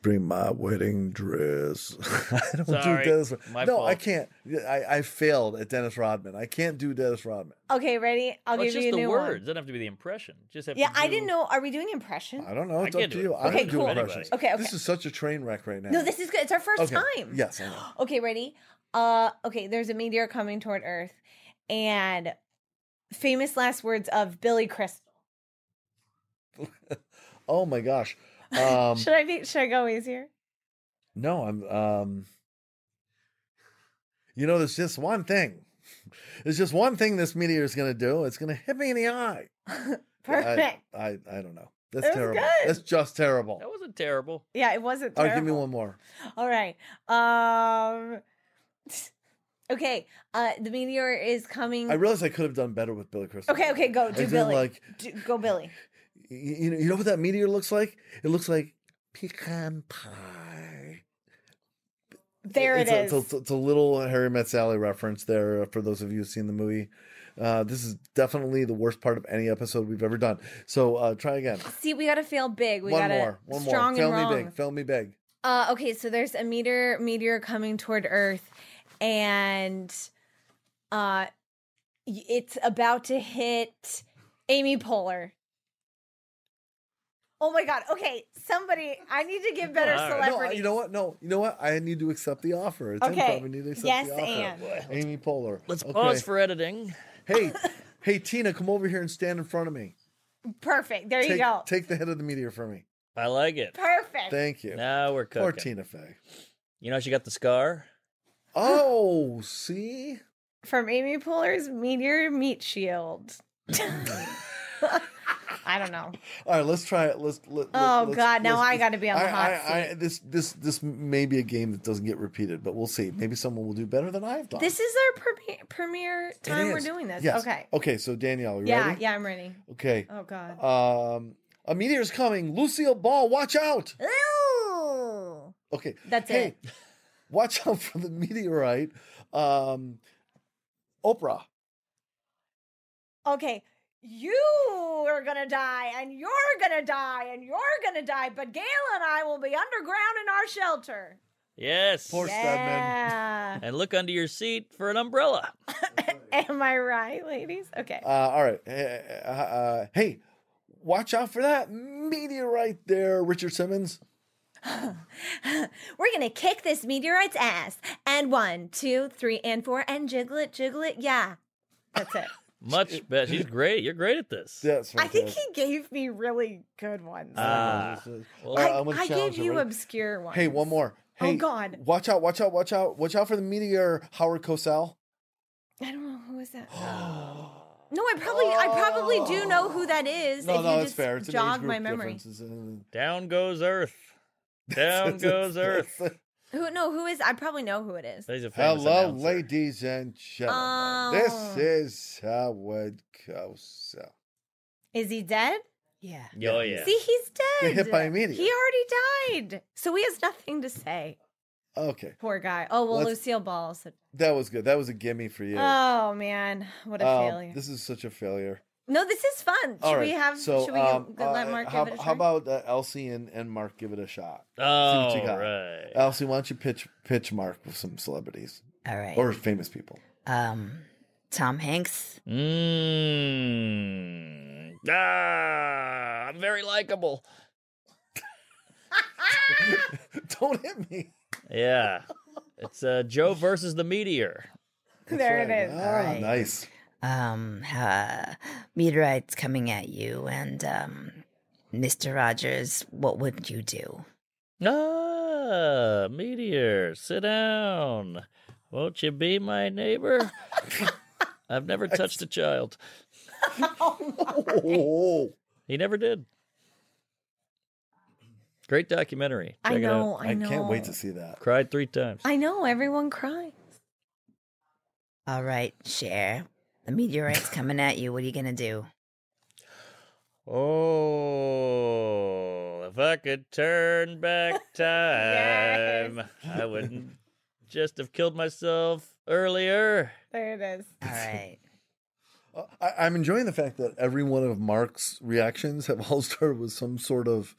Bring my wedding dress. I don't Sorry, do Dennis. Rod- my no, I fault. can't. I, I failed at Dennis Rodman. I can't do Dennis Rodman. Okay, ready? I'll Well, it's give just you a the new words. one. Doesn't have to be the impression. Just have Yeah, to I do- didn't know. Are we doing impression? I don't know. I It's can't up to do it. you. I Okay, don't do cool. impressions. Okay, okay. This is such a train wreck right now. No, this is good. It's our first okay. time. Yes. I know. Okay, ready? Uh okay, there's a meteor coming toward Earth and famous last words of Billy Crystal. Oh my gosh. Um, should I be should I go easier? No, I'm. Um, you know, there's just one thing. There's just one thing this meteor is going to do. It's going to hit me in the eye. I- Perfect. I, I, don't know. That's That was terrible. good. That's just terrible. That wasn't terrible. yeah, it wasn't All terrible. right, Oh, give me one more. All right. Um Okay, uh the meteor is coming. I realized I could have done better with Billy Crystal. Mm-hmm. okay, okay, go. I Do did Billy. like Do, go Billy. y- you know, you know what that meteor looks like? It looks like pecan pie. There it it's is. A, it's, a, it's a little Harry Met Sally reference there uh, for those of you who've seen the movie. Uh, this is definitely the worst part of any episode we've ever done. So uh, try again. See, we got to fail big. We one got to more. One strong more. Fail and me wrong. big. Fail me big. Uh, okay, so there's a meteor meteor coming toward Earth, and uh, y- it's about to hit Amy Poehler. Oh my God! Okay, somebody, I need to give better All right. No, I- celebrities. you know what? No, you know what? I need to accept the offer. It's Okay. improv. I need to accept Yes, the offer. and. Amy Poehler. Let's Okay. pause for editing. Hey, hey, Tina, come over here and stand in front of me. Perfect. There you take, go. Take the head of the meteor for me. I like it. Perfect. Thank you. Now we're cooking. Poor Tina Fey. You know she got the scar. Oh, see? From Amy Poehler's meteor meat shield. I don't know. All right, let's try it. Let's. Let, Oh, let's- God, now let's- I gotta be on the hot I, I, this this this may be a game that doesn't get repeated, but we'll see. Maybe someone will do better than I've done. This is our premiere, premiere It time we're is. doing this. Yes. Okay. Okay, so Danielle, you Yeah, ready? yeah, I'm ready. Okay. Oh God. Um, a meteor's coming. Lucille Ball, watch out! Ew. Okay. That's hey, Watch out for the meteorite. Um, Oprah. Okay. You are gonna die, and you're gonna die, and you're gonna die, but Gail and I will be underground in our shelter. Yes. Poor Stedman. Yeah. And look under your seat for an umbrella. Am I right, ladies? Okay. Uh, all right. Hey, uh, uh, hey, watch out for that meteorite there, Richard Simmons. We're gonna kick this meteorite's ass. And one, two, three, and four, and jiggle it, jiggle it, yeah. That's it. Much better. She's great. You're great at this. That's I think he gave me really good ones. Ah. All right, I, Uh, I'm gonna I challenge gave you right? obscure ones. Hey, one more. Oh, Hey, God. Watch out! Watch out! Watch out! Watch out for the meteor, Howard Cosell. I don't know who is that. no, I probably, I probably do know who that is. No, if no, you that's just fair. It's an age jog group my memory. difference. It's, uh, Down goes Earth. Down goes Earth. Who? No, who is? I probably know who it is. He's a famous Hello, announcer. ladies and gentlemen. Oh. This is Howard Cosell. Is he dead? Yeah. Oh, yeah. See, he's Got dead. hit by a meteor. He already died, so he has nothing to say. Okay, Poor guy. Oh well, Let's- Lucille Ball. Also... that was good. That was a gimme for you. Oh man, what a Um, failure. This is such a failure. No, this is fun. Should All right. we have? So, should we um, go, let uh, Mark how, give it a how try? about uh, Elsie and, and Mark give it a shot? Oh, See what you got. right. Elsie, why don't you pitch pitch Mark with some celebrities All right. or famous people? um, Tom Hanks. Mmm. Ah, I'm very likable. Don't hit me. Yeah. It's uh, Joe versus the meteor. there it is. Ah, right. Nice. Um, uh, meteorites coming at you, and um, Mr. Rogers, what would you do? Ah, meteor, sit down. Won't you be my neighbor? I've never touched a child. Oh, He never did. Great documentary. Check I It out. know. I I know. can't wait to see that. Cried three times. I know. Everyone cries. All right, Cher. The meteorite's coming at you. What are you gonna do? Oh, if I could turn back time, I wouldn't just have killed myself earlier. There it is. All right. Uh, I, I'm enjoying the fact that every one of Mark's reactions have all started with some sort of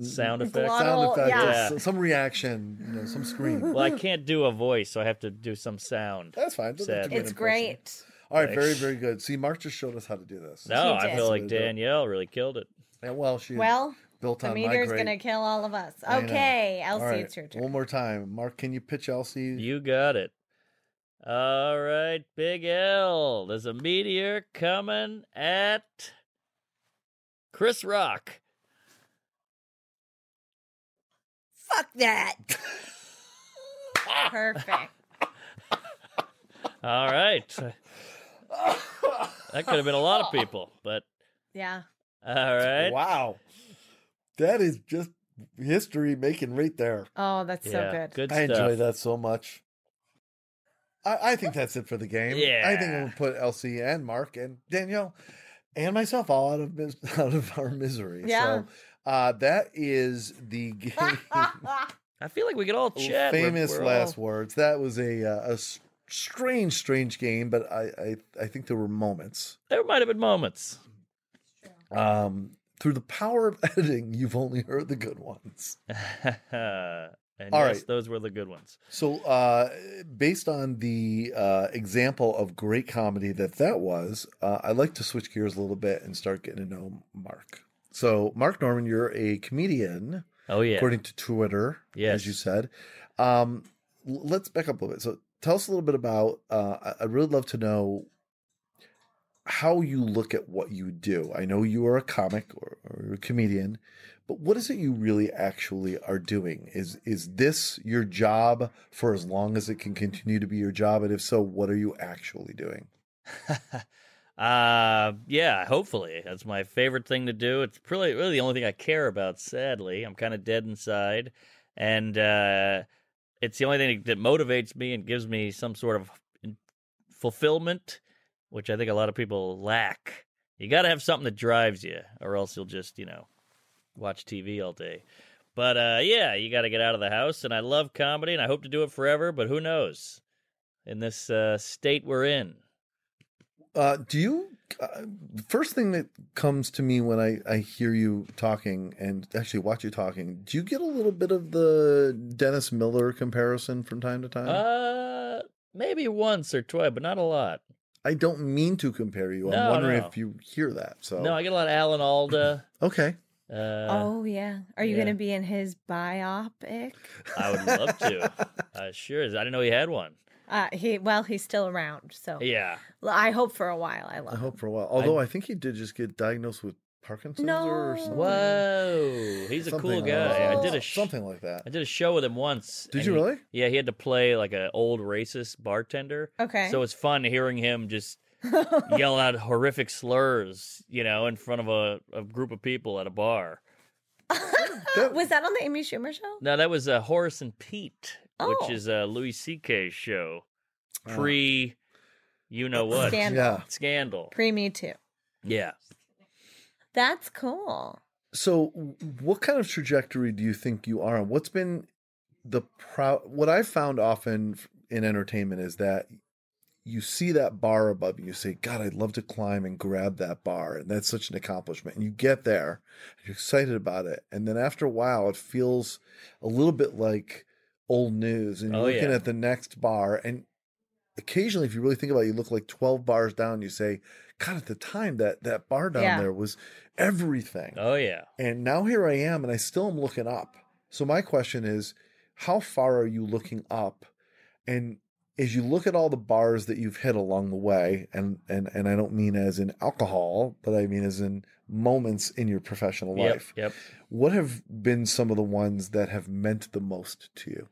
Sound effects. Glottal, sound effect, or yeah. s- some reaction, you know, some scream. Well, I can't do a voice, so I have to do some sound. That's fine. Doesn't have to Sad. be an It's impression. great. All right, very, very good. See, Mark just showed us how to do this. No, She I did. feel like Absolutely. Danielle really killed it. Yeah, well, she Well, built the on meteor's my gonna great. kill all of us. I know. Okay, All Elsie, right, it's your turn. One more time, Mark. Can you pitch Elsie? You got it. All right, Big L. There's a meteor coming at Chris Rock. Fuck that. Perfect. All right. That could have been a lot of people, but Yeah. all right. Wow, that is just history making right there. Oh, that's so Yeah, good. I stuff. enjoy that so much. I, I think that's it for the game. I think Yeah. we'll put Elsie and Mark and Danielle and myself all out of mis- out of our misery. Yeah. So uh, that is the game. I feel like we could all chat. We're- famous we're last all- words. That was a uh, a s- strange, strange game, but I I, I think there were moments. There might have been moments. Um, through the power of editing, you've only heard the good ones. and All yes, right. those were the good ones. So, uh, based on the uh, example of great comedy that that was, uh, I'd like to switch gears a little bit and start getting to know Mark. So, Mark Norman, you're a comedian, Oh yeah. according to Twitter, Yes. as you said. Um, l- let's back up a little bit. So, tell us a little bit about. Uh, I- I'd really love to know how you look at what you do. I know you are a comic or, or a comedian, but what is it you really actually are doing? Is is this your job for as long as it can continue to be your job? And if so, what are you actually doing? uh yeah, hopefully. That's my favorite thing to do. It's really really the only thing I care about, sadly. I'm kind of dead inside. And uh it's the only thing that motivates me and gives me some sort of fulfillment, which I think a lot of people lack. You got to have something that drives you, or else you'll just, you know, watch TV all day. But uh, yeah, you got to get out of the house. And I love comedy, and I hope to do it forever. But who knows? In this uh, state we're in, Uh, do you first thing that comes to me when I, I hear you talking and actually watch you talking, do you get a little bit of the Dennis Miller comparison from time to time? Uh, maybe once or twice, but not a lot. I don't mean to compare you. I'm No, wondering no. if you hear that. So No, I get a lot of Alan Alda. okay, Uh, oh yeah. Are you yeah. gonna be in his biopic? I would love to. Uh, sure is. I didn't know he had one. Uh, he well, he's still around, Oh. so Yeah. Well, I hope for a while. I love. I hope for a while. Although I, think he did just get diagnosed with Parkinson's or No. something. Whoa, he's a Something cool along guy. those I did a lines. sh- something like that. I did a show with him once. Did and you he- really? Yeah, he had to play like an old racist bartender. Okay. So it's fun hearing him just yell out horrific slurs, you know, in front of a, a group of people at a bar. That- Was that on the Amy Schumer show? Now that was uh, Horace and Pete, Oh. which is uh, Louis C.K.'s show, Oh. pre, you know what, Scandal. yeah. Scandal. Pre Me Too. Yeah. That's cool. So, w- what kind of trajectory do you think you are on? What's been the proud? What I've found often f- in entertainment is that you see that bar above you, you say, "God, I'd love to climb and grab that bar," and that's such an accomplishment. And you get there, and you're excited about it, and then after a while, it feels a little bit like old news, and you're Oh, looking yeah. at the next bar, and occasionally, if you really think about it, you look like twelve bars down. You say, "God, at the time that that bar down Yeah. there was everything." Oh yeah. And now here I am, and I still am looking up. So my question is, how far are you looking up? And as you look at all the bars that you've hit along the way, and and and I don't mean as in alcohol, but I mean as in moments in your professional Yep. life. Yep. What have been some of the ones that have meant the most to you?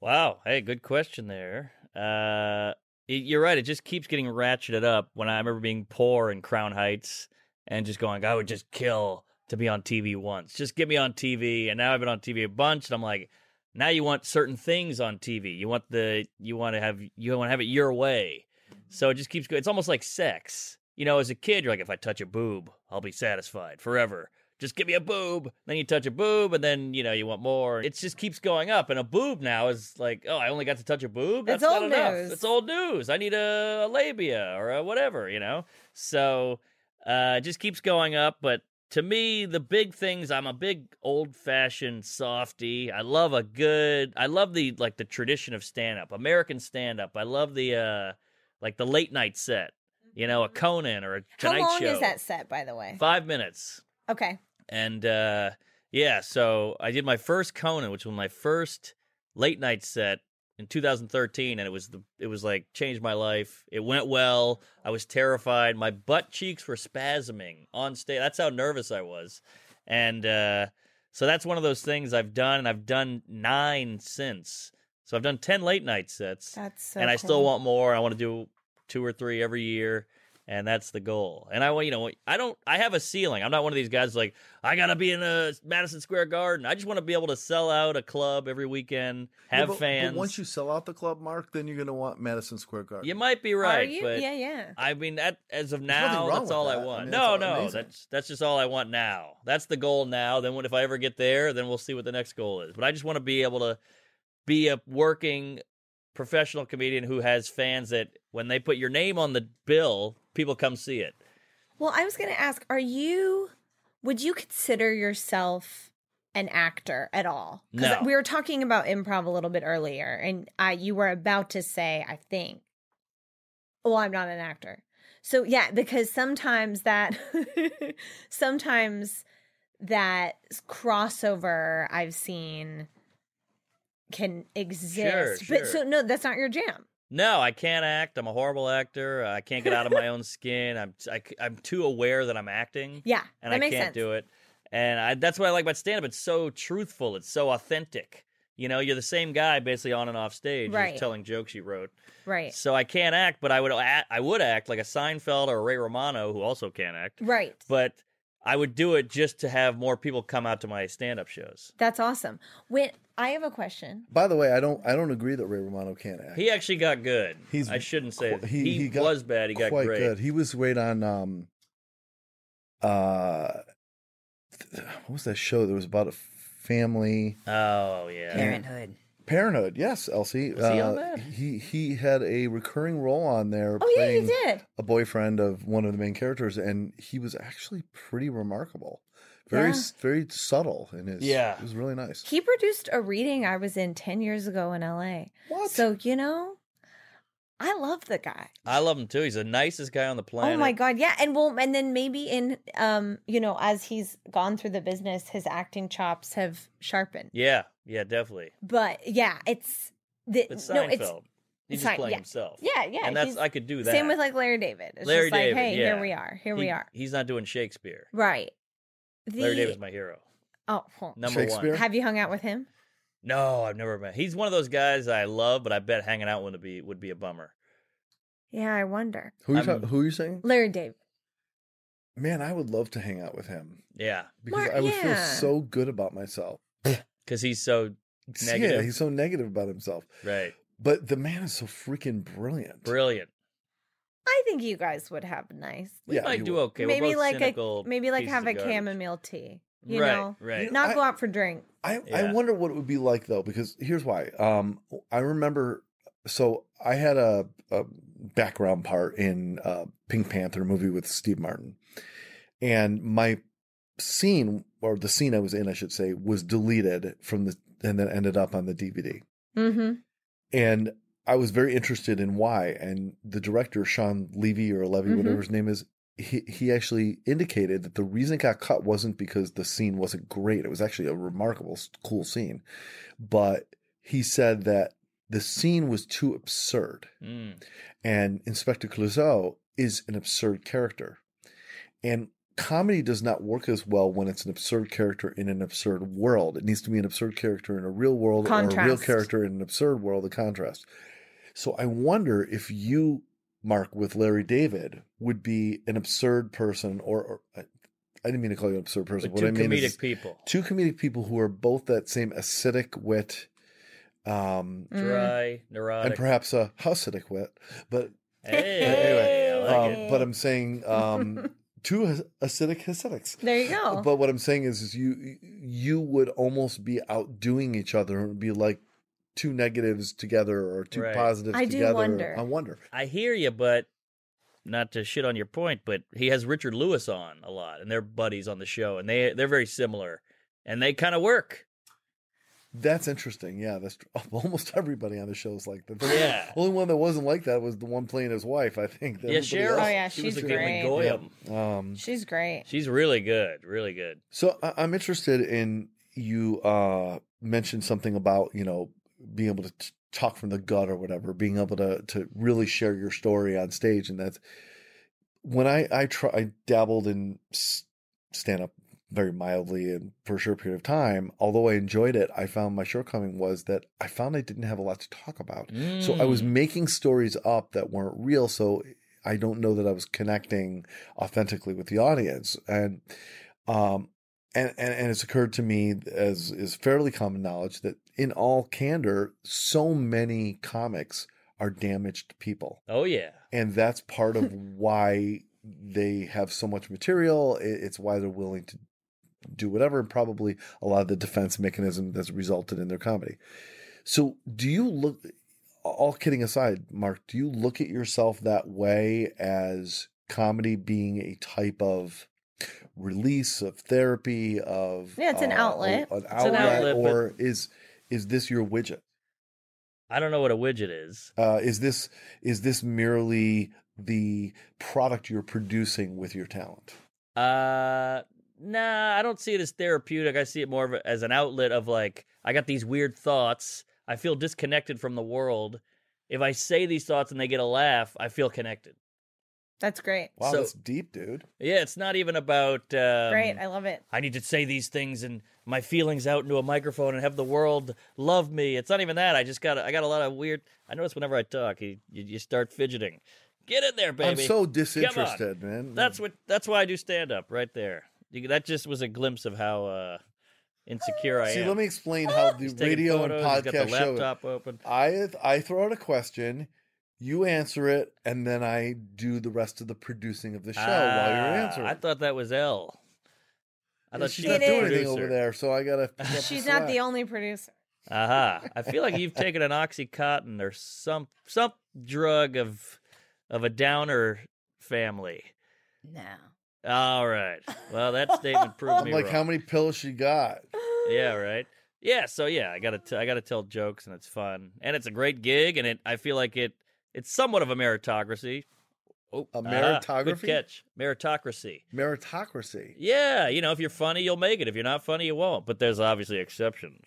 Wow. Hey, good question there. Uh, y- you're right. It just keeps getting ratcheted up. When I remember being poor in Crown Heights and just going, I would just kill to be on TV once. Just get me on TV. And now I've been on TV a bunch, and I'm like, now you want certain things on TV. You want the you want to have you want to have it your way. So it just keeps going. It's almost like sex. You know, as a kid, you're like, if I touch a boob, I'll be satisfied forever. Just give me a boob. Then you touch a boob, and then you know you want more. It just keeps going up. And a boob now is like, oh, I only got to touch a boob. It's That's not old enough. news. It's old news. I need a, a labia or a whatever. You know. So uh, it just keeps going up. But to me, the big things. I'm a big old fashioned softy. I love a good. I love the like the tradition of stand up, American stand up. I love the uh, like the late night set. You know, a Conan or a Tonight Mm-hmm. How long Show. is that set, by the way? Five minutes. Okay. And uh, yeah, so I did my first Conan, which was my first late night set in 2013, and it was the it was like changed my life. It went well. I was terrified. My butt cheeks were spasming on stage. That's how nervous I was. And uh, so that's one of those things I've done, and I've done nine since. So I've done ten late night sets That's so and I cool. still want more. I want to do two or three every year, and that's the goal. And I want, you know, I don't, I have a ceiling. I'm not one of these guys like I gotta be in a Madison Square Garden. I just want to be able to sell out a club every weekend, have fans. once you sell out the club, Mark, then you're going to want Madison Square Garden. you might be Are right, you? but yeah, yeah. I mean, that as of nothing now, wrong that's with all that. I I want. mean, no, that's all- no, amazing. that's that's just all I want now. That's the goal now. Then when if I ever get there, then we'll see what the next goal is. But I just want to be able to be a working professional comedian who has fans that when they put your name on the bill, people come see it. Well, I was going to ask, are you would you consider yourself an actor at all? 'Cause No. We were talking about improv a little bit earlier and I you were about to say, I think, well, I'm not an actor. So, yeah, because sometimes that sometimes that crossover I've seen can exist. sure. But so no, that's not your jam. No, I can't act. I'm a horrible actor. I can't get out of my own skin. I'm I, am too aware that I'm acting. Yeah. and that I makes can't sense. do it. And I, that's what I like about stand up. It's so truthful. It's so authentic. You know, you're the same guy basically on and off stage, Right. Eh. just telling jokes you wrote. Right. So I can't act, but I would act, I would act like a Seinfeld or a Ray Romano who also can't act. Right. But I would do it just to have more people come out to my stand up shows. That's awesome. When I have a question. By the way, I don't I don't agree that Ray Romano can't act. He actually got good. He's- I shouldn't say qu- that. he, was bad. He got quite great. good. He was great on um uh th- what was that show that was about a family Oh yeah. Parenthood. Parenthood, yes, Elsie. Uh, Was he on that? He he had a recurring role on there. Oh, yeah, playing he did. a boyfriend of one of the main characters, and he was actually pretty remarkable. Very Yeah. s very subtle in his. Yeah. it was really nice. He produced a reading I was in 10 years ago in LA. What? So, you know, I love the guy. I love him too. He's the nicest guy on the planet. Oh my god, yeah. And well and then maybe in um, you know, as he's gone through the business, his acting chops have sharpened. Yeah, yeah, definitely. But yeah, it's the But no, Seinfeld, it's he just Sein- playing yeah. himself. yeah, yeah. and that's he's- I could do that. Same with like Larry David. It's Larry just like, David, hey, yeah. here we are. Here we He- are. He's not doing Shakespeare. Right. The, Larry David's my hero. Oh, well, Number Shakespeare? one. have you hung out with him? No, I've never met. He's one of those guys I love, but I bet hanging out would be would be a bummer. Yeah, I wonder. Who you I'm- talk, who are you saying? Larry David. Man, I would love to hang out with him Yeah, because Mark, I would feel yeah. so good about myself. because he's so Yeah, Negative. he's so negative about himself. right But the man is so freaking brilliant. brilliant. I think you guys would have nice. We Yeah, might you do would. okay. maybe We're both like cynical a maybe like pieces have of a garbage. chamomile tea. You right, know, right. not I- go out for drink. I, I Yeah. wonder what it would be like though, because here's why. Um, I remember, so I had a, a background part in uh, Pink Panther movie with Steve Martin, and my scene or the scene I was in, I should say, was deleted from the and then ended up on the DVD. Mm-hmm. And I was very interested in why. And the director Sean Levy or Levy, Mhm. whatever his name is. He, he actually indicated that the reason it got cut wasn't because the scene wasn't great. It was actually a remarkable, s- cool scene but he said that the scene was too absurd Mm, and inspector clouseau is an absurd character and comedy does not work as well when it's an absurd character in an absurd world it needs to be an absurd character in a real world or a real Contrast. character in an absurd world the contrast so i wonder if you mark with larry david would be an absurd person or, or i I didn't mean to call you an absurd person but what two i mean comedic is people. two comedic people who are both that same acidic wit um Mm. Dry, and neurotic. perhaps a Hasidic wit but hey, anyway, I like um, but i'm saying um two Has- acidic hasidics There you go. but what i'm saying is, is you you would almost be outdoing each other and be like two negatives together or two Right. positives I do together wonder. i wonder I hear you, but not to shit on your point, but he has Richard Lewis on a lot, and they're buddies on the show, and they they're very similar, and they kind of work. that's interesting yeah that's tr- almost everybody on the show is like that The Yeah. only one that wasn't like that was the one playing his wife i think yeah, Everybody Cheryl. else- Oh, yeah, she was she's a good great. one. Goyam. Yeah. um She's great. She's really good, really good. So I- I'm interested in you uh, mentioned something about you know being able to t- talk from the gut or whatever, being able to to really share your story on stage, and that's when I I try I dabbled in stand up very mildly and for a short period of time. Although I enjoyed it, I found my shortcoming was that I found I didn't have a lot to talk about. So I was Mm. making stories up that weren't real. So I don't know that I was connecting authentically with the audience. And, um, and, and, and it's occurred to me as is fairly common knowledge that in all candor, so many comics are damaged people Oh yeah, and that's part of why they have so much material I- it's why they're willing to do whatever and probably a lot of the defense mechanism that's resulted in their comedy so do you look all kidding aside mark do you look at yourself that way as comedy being a type of release of therapy of uh, Yeah, it's an outlet. an It's outlet, an outlet, but- or is is this your widget I don't know what a widget is. uh, is this is this merely the product you're producing with your talent Uh, nah, I don't see it as therapeutic. I see it more of a, as an outlet of like, I got these weird thoughts. I feel disconnected from the world. If I say these thoughts and they get a laugh, I feel connected. That's great. wow So- that's deep dude Yeah, it's not even about. Um, great. I love it. I need to say these things and my feelings out into a microphone and have the world love me. It's not even that. I just got I got a lot of weird. I notice whenever I talk, you you, you start fidgeting. Get in there, baby. i'm so disinterested man That's what. That's why I do stand up right there. You- That just was a glimpse of how uh, insecure I see am. Ah, let me explain how the He's taking radio and photos, he's podcast got the show laptop open. i i throw out a question you answer it and then i do the rest of the producing of the show while Ah, you're answering I thought that was L. I Yeah, thought she's she not was the doing the anything over producer. there so i gotta She's not the only producer. Aha. Uh-huh. I feel like you've taken an Oxycontin or some some drug of of a downer family. No. All right. Well, that statement proved I'm me like, wrong. how many pills she got? yeah, right. Yeah, so yeah, I gotta t- I gotta tell jokes and it's fun and it's a great gig and it I feel like it it's somewhat of a meritocracy. Oh, A aha, good meritography? catch. Meritocracy. Meritocracy. Yeah, you know, if you're funny, you'll make it. If you're not funny, you won't. But there's obviously exceptions.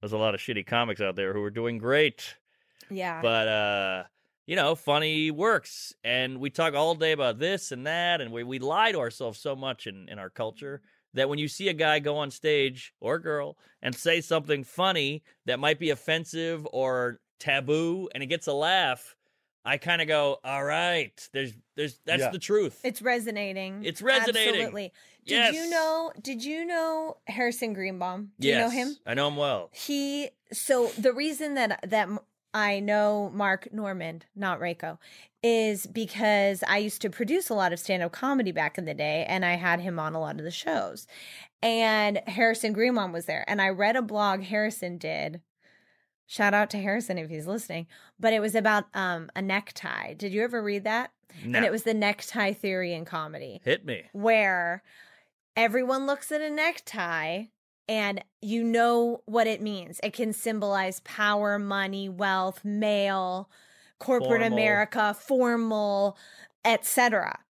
There's a lot of shitty comics out there who are doing great. Yeah. But uh, you know, funny works. And we talk all day about this and that, and we, we lie to ourselves so much in, in our culture that when you see a guy go on stage or girl and say something funny that might be offensive or taboo and it gets a laugh, I kind of go, All right, there's there's that's Yeah. the truth. It's resonating. It's resonating. Absolutely. Did Yes. you know? Did you know Harrison Greenbaum? Do you know Yes, him? I know him well. He. So the reason that that I know Mark Norman, not Rayco, is because I used to produce a lot of stand up comedy back in the day, and I had him on a lot of the shows. And Harrison Greenbaum was there, and I read a blog Harrison did. Shout out to Harrison if he's listening. But it was about um, a necktie. Did you ever read that? No. And it was the necktie theory in comedy, Hit me. where everyone looks at a necktie and you know what it means. It can symbolize power, money, wealth, male, corporate Formal. America, formal, etc.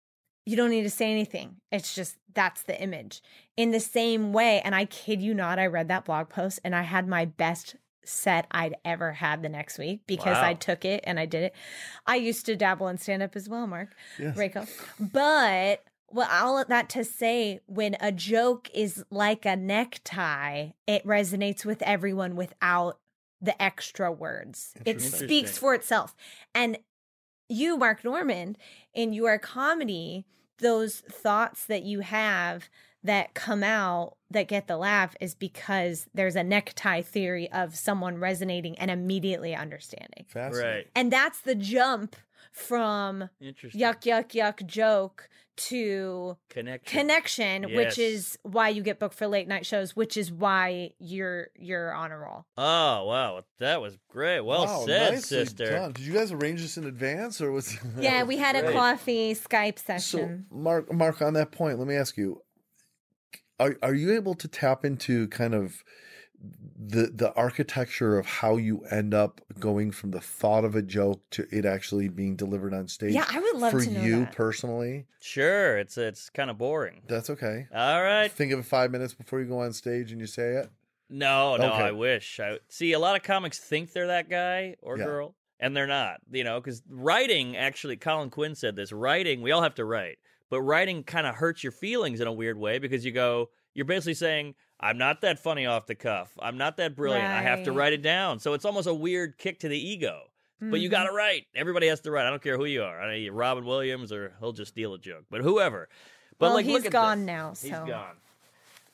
You don't need to say anything. It's just that's the image. In the same way, and I kid you not, I read that blog post and I had my best set I'd ever had the next week because Wow. I took it and I did it. I used to dabble in stand up as well, Mark. Yes. Rachel. But well, all of that to say, when a joke is like a necktie, it resonates with everyone without the extra words. It Interesting. speaks for itself. And you, Mark Norman, in your comedy, those thoughts that you have that come out that get the laugh is because there's a necktie theory of someone resonating and immediately understanding. Fascinating. Right. And that's the jump from Interesting. yuck yuck yuck joke to Connection. connection which Yes. is why you get booked for late night shows which is why you're you're on a roll Oh wow, that was great. Well Wow, said, nicely sister. done. Did you guys arrange this in advance, or was? yeah we had a Great. coffee skype So, session Mark, Mark, on that point, let me ask you: Are are you able to tap into kind of the the architecture of how you end up going from the thought of a joke to it actually being delivered on stage? yeah i would love for to know you that. personally, Sure, it's it's kind of boring. that's okay. All right. Think of it five minutes before you go on stage and you say it. No, no, Okay. I wish. I see a lot of comics think they're that guy or Yeah. girl, and they're not. You know, because writing actually, Colin Quinn said this. Writing, we all have to write, but writing kind of hurts your feelings in a weird way because you go, you're basically saying, I'm not that funny off the cuff. I'm not that brilliant. I have to Right. write it down. So it's almost a weird kick to the ego. But you Mhm. got to write. Everybody has to write. I don't care who you are. I know Robin Williams or he'll just steal a joke, but whoever. But well like, he's look at gone this. now so He's gone.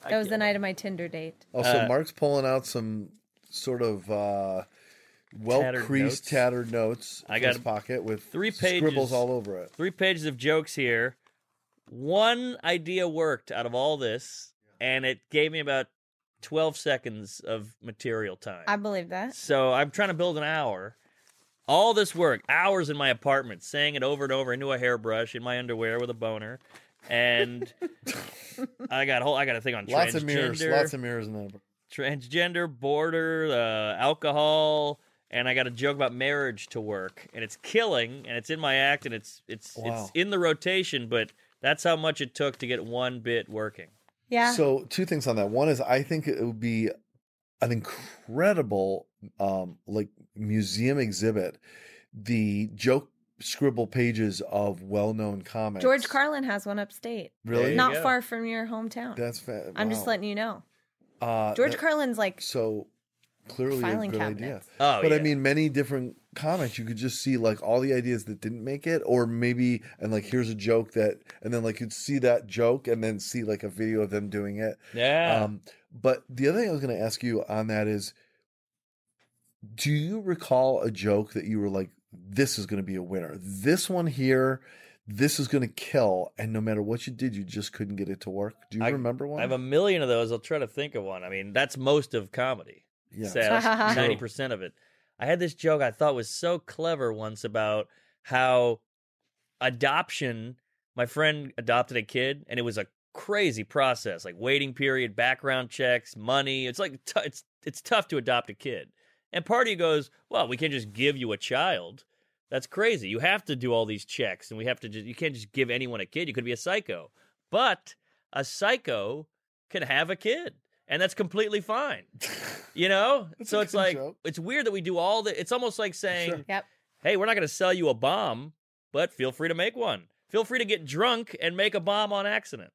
I that was the can't- night of my tinder date Also, Uh, Mark's pulling out some sort of uh, well creased, notes. tattered notes. I in got his pocket with three pages. scribbles all over it. three pages of jokes here. One idea worked out of all this, and it gave me about 12 seconds of material time. i believe that So I'm trying to build an hour. All this work, hours in my apartment, saying it over and over into a hairbrush in my underwear with a boner, and I got a whole I got a thing on Lots of mirrors. transgender, Lots of mirrors in there. transgender, border, uh, alcohol, and I got a joke about marriage to work, and it's killing, and it's in my act, and it's it's Wow. it's in the rotation, but that's how much it took to get one bit working. yeah So two things on that. One is I think it would be an incredible um like museum exhibit. The joke scribble pages of well-known comics. george carlin has one upstate Really? There you not go. far from your hometown That's fa- i'm just wow. letting you know uh, george that- carlin's like So clearly a Filing good idea. cabinets. Oh, but I yeah. mean, many different comics. You could just see like all the ideas that didn't make it, or maybe and like here's a joke that, and then like you'd see that joke, and then see like a video of them doing it. Yeah. Um, but the other thing I was going to ask you on that is, do you recall a joke that you were like, "This is going to be a winner. This one here, this is going to kill," and no matter what you did, you just couldn't get it to work. Do you I- remember one? I have a million of those. I'll try to think of one. I mean, that's most of comedy. Yeah. sales, True. ninety percent of it. I had this joke I thought was so clever once about how adoption. My friend adopted a kid, and it was a crazy process, like waiting period, background checks, money. It's like t- it's it's tough to adopt a kid. And part of you goes, well, we can't just give you a child. That's crazy. You have to do all these checks, and we have to just you can't just give anyone a kid. You could be a psycho, but a psycho can have a kid, and that's completely fine. You know? That's so a it's good like joke. it's weird that we do all the it's almost like saying, Sure. Yep. "Hey, we're not going to sell you a bomb, but feel free to make one. Feel free to get drunk and make a bomb on accident."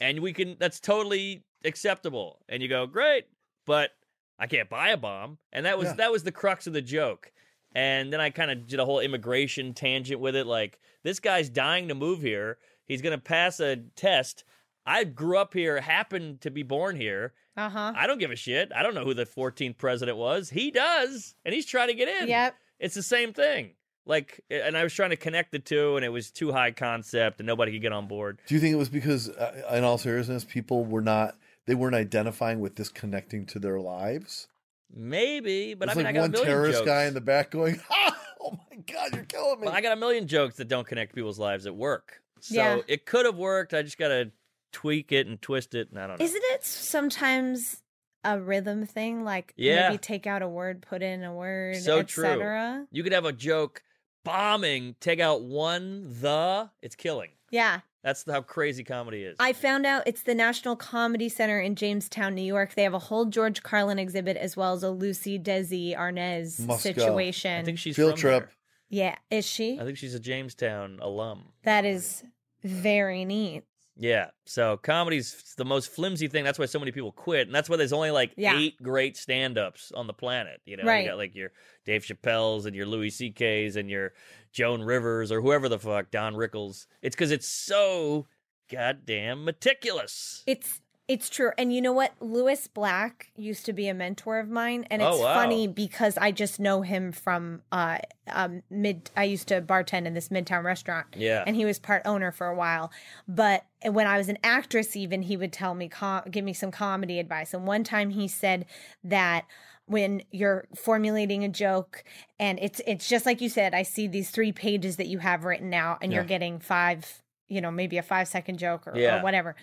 And we can that's totally acceptable. And you go, "Great, but I can't buy a bomb." And that was Yeah. that was the crux of the joke. And then I kind of did a whole immigration tangent with it like this guy's dying to move here. He's going to pass a test. I grew up here, happened to be born here. Uh huh. I don't give a shit. I don't know who the 14th president was. He does, and he's trying to get in. Yep. It's the same thing. Like, and I was trying to connect the two, and it was too high concept, and nobody could get on board. Do you think it was because, uh, in all seriousness, people were not they weren't identifying with this connecting to their lives? Maybe, but I It's mean, like I got one a million terrorist jokes. guy in the back going, "Oh my god, you're killing me!" But I got a million jokes that don't connect people's lives at work. So Yeah. it could have worked. I just got to tweak it and twist it, and I don't know. Isn't it sometimes a rhythm thing? Like Yeah. maybe take out a word, put in a word, So et true. cetera. you could have a joke bombing, take out one the. It's killing. Yeah. That's how crazy comedy is. I found out it's the National Comedy Center in Jamestown, New York. They have a whole George Carlin exhibit as well as a Lucy Desi Arnaz Must go. situation. I think she's Field from trip. yeah, is she? there. I think she's a Jamestown alum. That is very neat. Yeah. So comedy's the most flimsy thing. That's why so many people quit. And that's why there's only like Yeah. eight great stand ups on the planet. You know, Right. you got like your Dave Chappelle's and your Louis C.K.'s and your Joan Rivers or whoever the fuck, Don Rickles. It's because it's so goddamn meticulous. It's it's true. And you know what? Lewis Black used to be a mentor of mine and it's Oh, wow. funny because I just know him from uh um mid I used to bartend in this midtown restaurant. Yeah. And he was part owner for a while. But when I was an actress even he would tell me com- give me some comedy advice. And one time he said that when you're formulating a joke and it's it's just like you said, I see these three pages that you have written out and you're Yeah. getting five you know, maybe a five second joke or, Yeah. or whatever.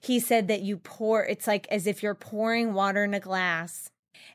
He said that you pour it's like as if you're pouring water in a glass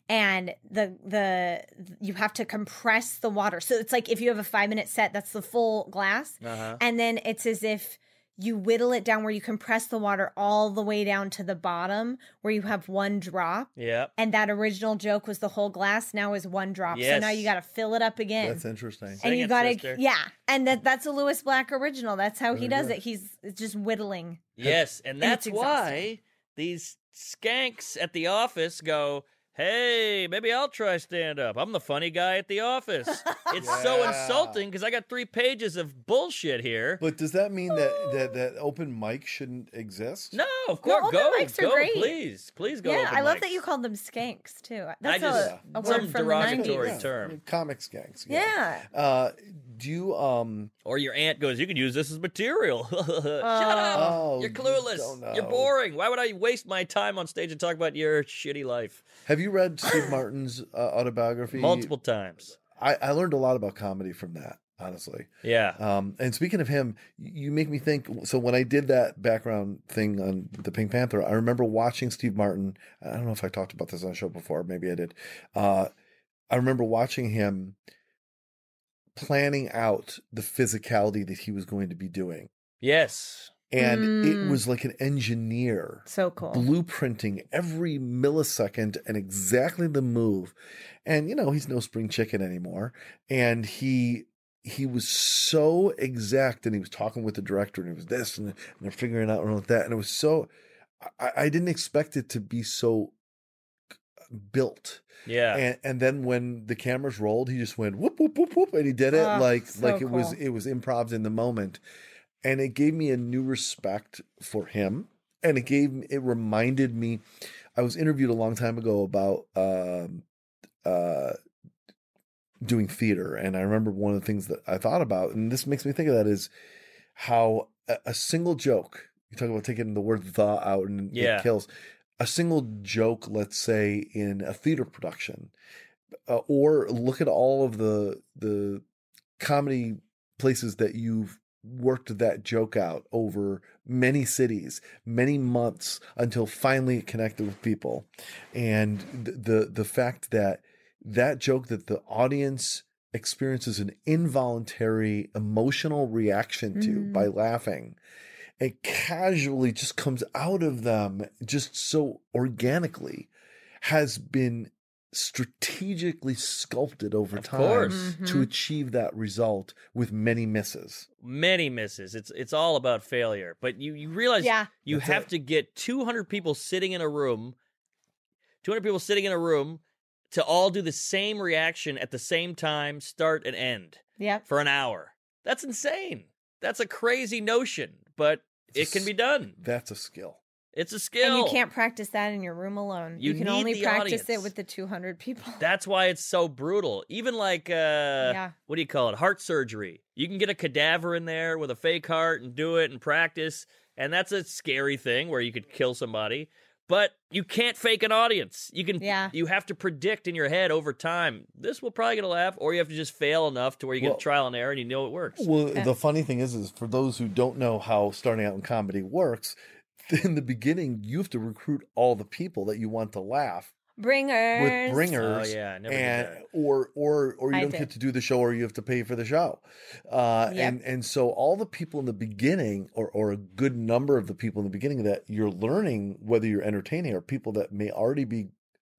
and the the you have to compress the water. So it's like if you have a 5 minute set that's the full glass uh-huh. and then it's as if you whittle it down where you compress the water all the way down to the bottom where you have one drop Yeah. and that original joke was the whole glass now is one drop. So now Yes. you got to fill it up again That's interesting. Sing and you it, gotta sister. Mm-hmm. yeah and that that's a lewis black original that's how he There you does go. it he's it's just whittling Yes, and and it's that's why these skanks at the office go, "Hey, maybe I'll try stand up. I'm the funny guy at the office." it's so Yeah. insulting because I got three pages of bullshit here. But does that mean that that that open mic shouldn't exist? no, of course, open go, mics are go, great. please, please go. yeah open i love mics. that you called them skanks too that's just- a, Yeah. a word some from derogatory the 90s term. Comics gangs. yeah Uh, do you um? Or your aunt goes, "You can use this as material." Shut up. Oh, You're you clueless. don't know. You're boring. Why would I waste my time on stage and talk about your shitty life Have you read Steve Martin's uh, autobiography? multiple times? I, I learned a lot about comedy from that, honestly. Yeah. Um, and speaking of him, you make me think. So when I did that background thing on the Pink Panther, I remember watching Steve Martin. I don't know if I talked about this on the show before. Maybe I did. Uh, I remember watching him planning out the physicality that he was going to be doing, Yes. and Mm. it was like an engineer so cool blueprinting every millisecond and exactly the move. And you know, he's no spring chicken anymore. And he he was so exact and he was talking with the director and it was this and, and they're figuring out and all that. And it was so I, I didn't expect it to be so uh, built. Yeah. And and then when the cameras rolled, he just went whoop whoop whoop whoop and he did it Ah, like so like it was cool. it was improv in the moment. And it gave me a new respect for him. And it gave it reminded me I was interviewed a long time ago about um uh doing theater and I remember one of the things that I thought about and this makes me think of that is how a, a single joke you talk about taking the word the out and Yeah. it kills a single joke, let's say, in a theater production, uh, or look at all of the the comedy places that you've worked that joke out over many cities, many months until finally it connected with people, and th- the the fact that that joke that the audience experiences an involuntary emotional reaction to Mhm. by laughing it casually just comes out of them just so organically has been strategically sculpted over Of time course. to achieve that result with many misses Many misses. It's it's all about failure. But you you realize Yeah. you That's have it. to get 200 people sitting in a room, 200 people sitting in a room to all do the same reaction at the same time, start and end Yep. for an hour. That's insane. That's a crazy notion, but it can be done. that's a skill It's a skill. And you can't practice that in your room alone. You You, can need only the practice it audience. with the 200 people. That's why it's so brutal. Even like uh Yeah. what do you call it? Heart surgery. You can get a cadaver in there with a fake heart and do it and practice. And that's a scary thing where you could kill somebody. But you can't fake an audience. You can Yeah. you have to predict in your head over time, this will probably get a laugh, or you have to just fail enough to where you Well- get trial and error and you know it works. Well, the funny thing is, is for those who don't know how starting out in comedy works, in the beginning you have to recruit all the people that you want to laugh Bringers. with bringers. Oh, yeah, I never did and that. or or or you I don't did. get to do the show, or you have to pay for the show. Uh, Yep. And and so all the people in the beginning, or or a good number of the people in the beginning that you're learning whether you're entertaining are people that may already be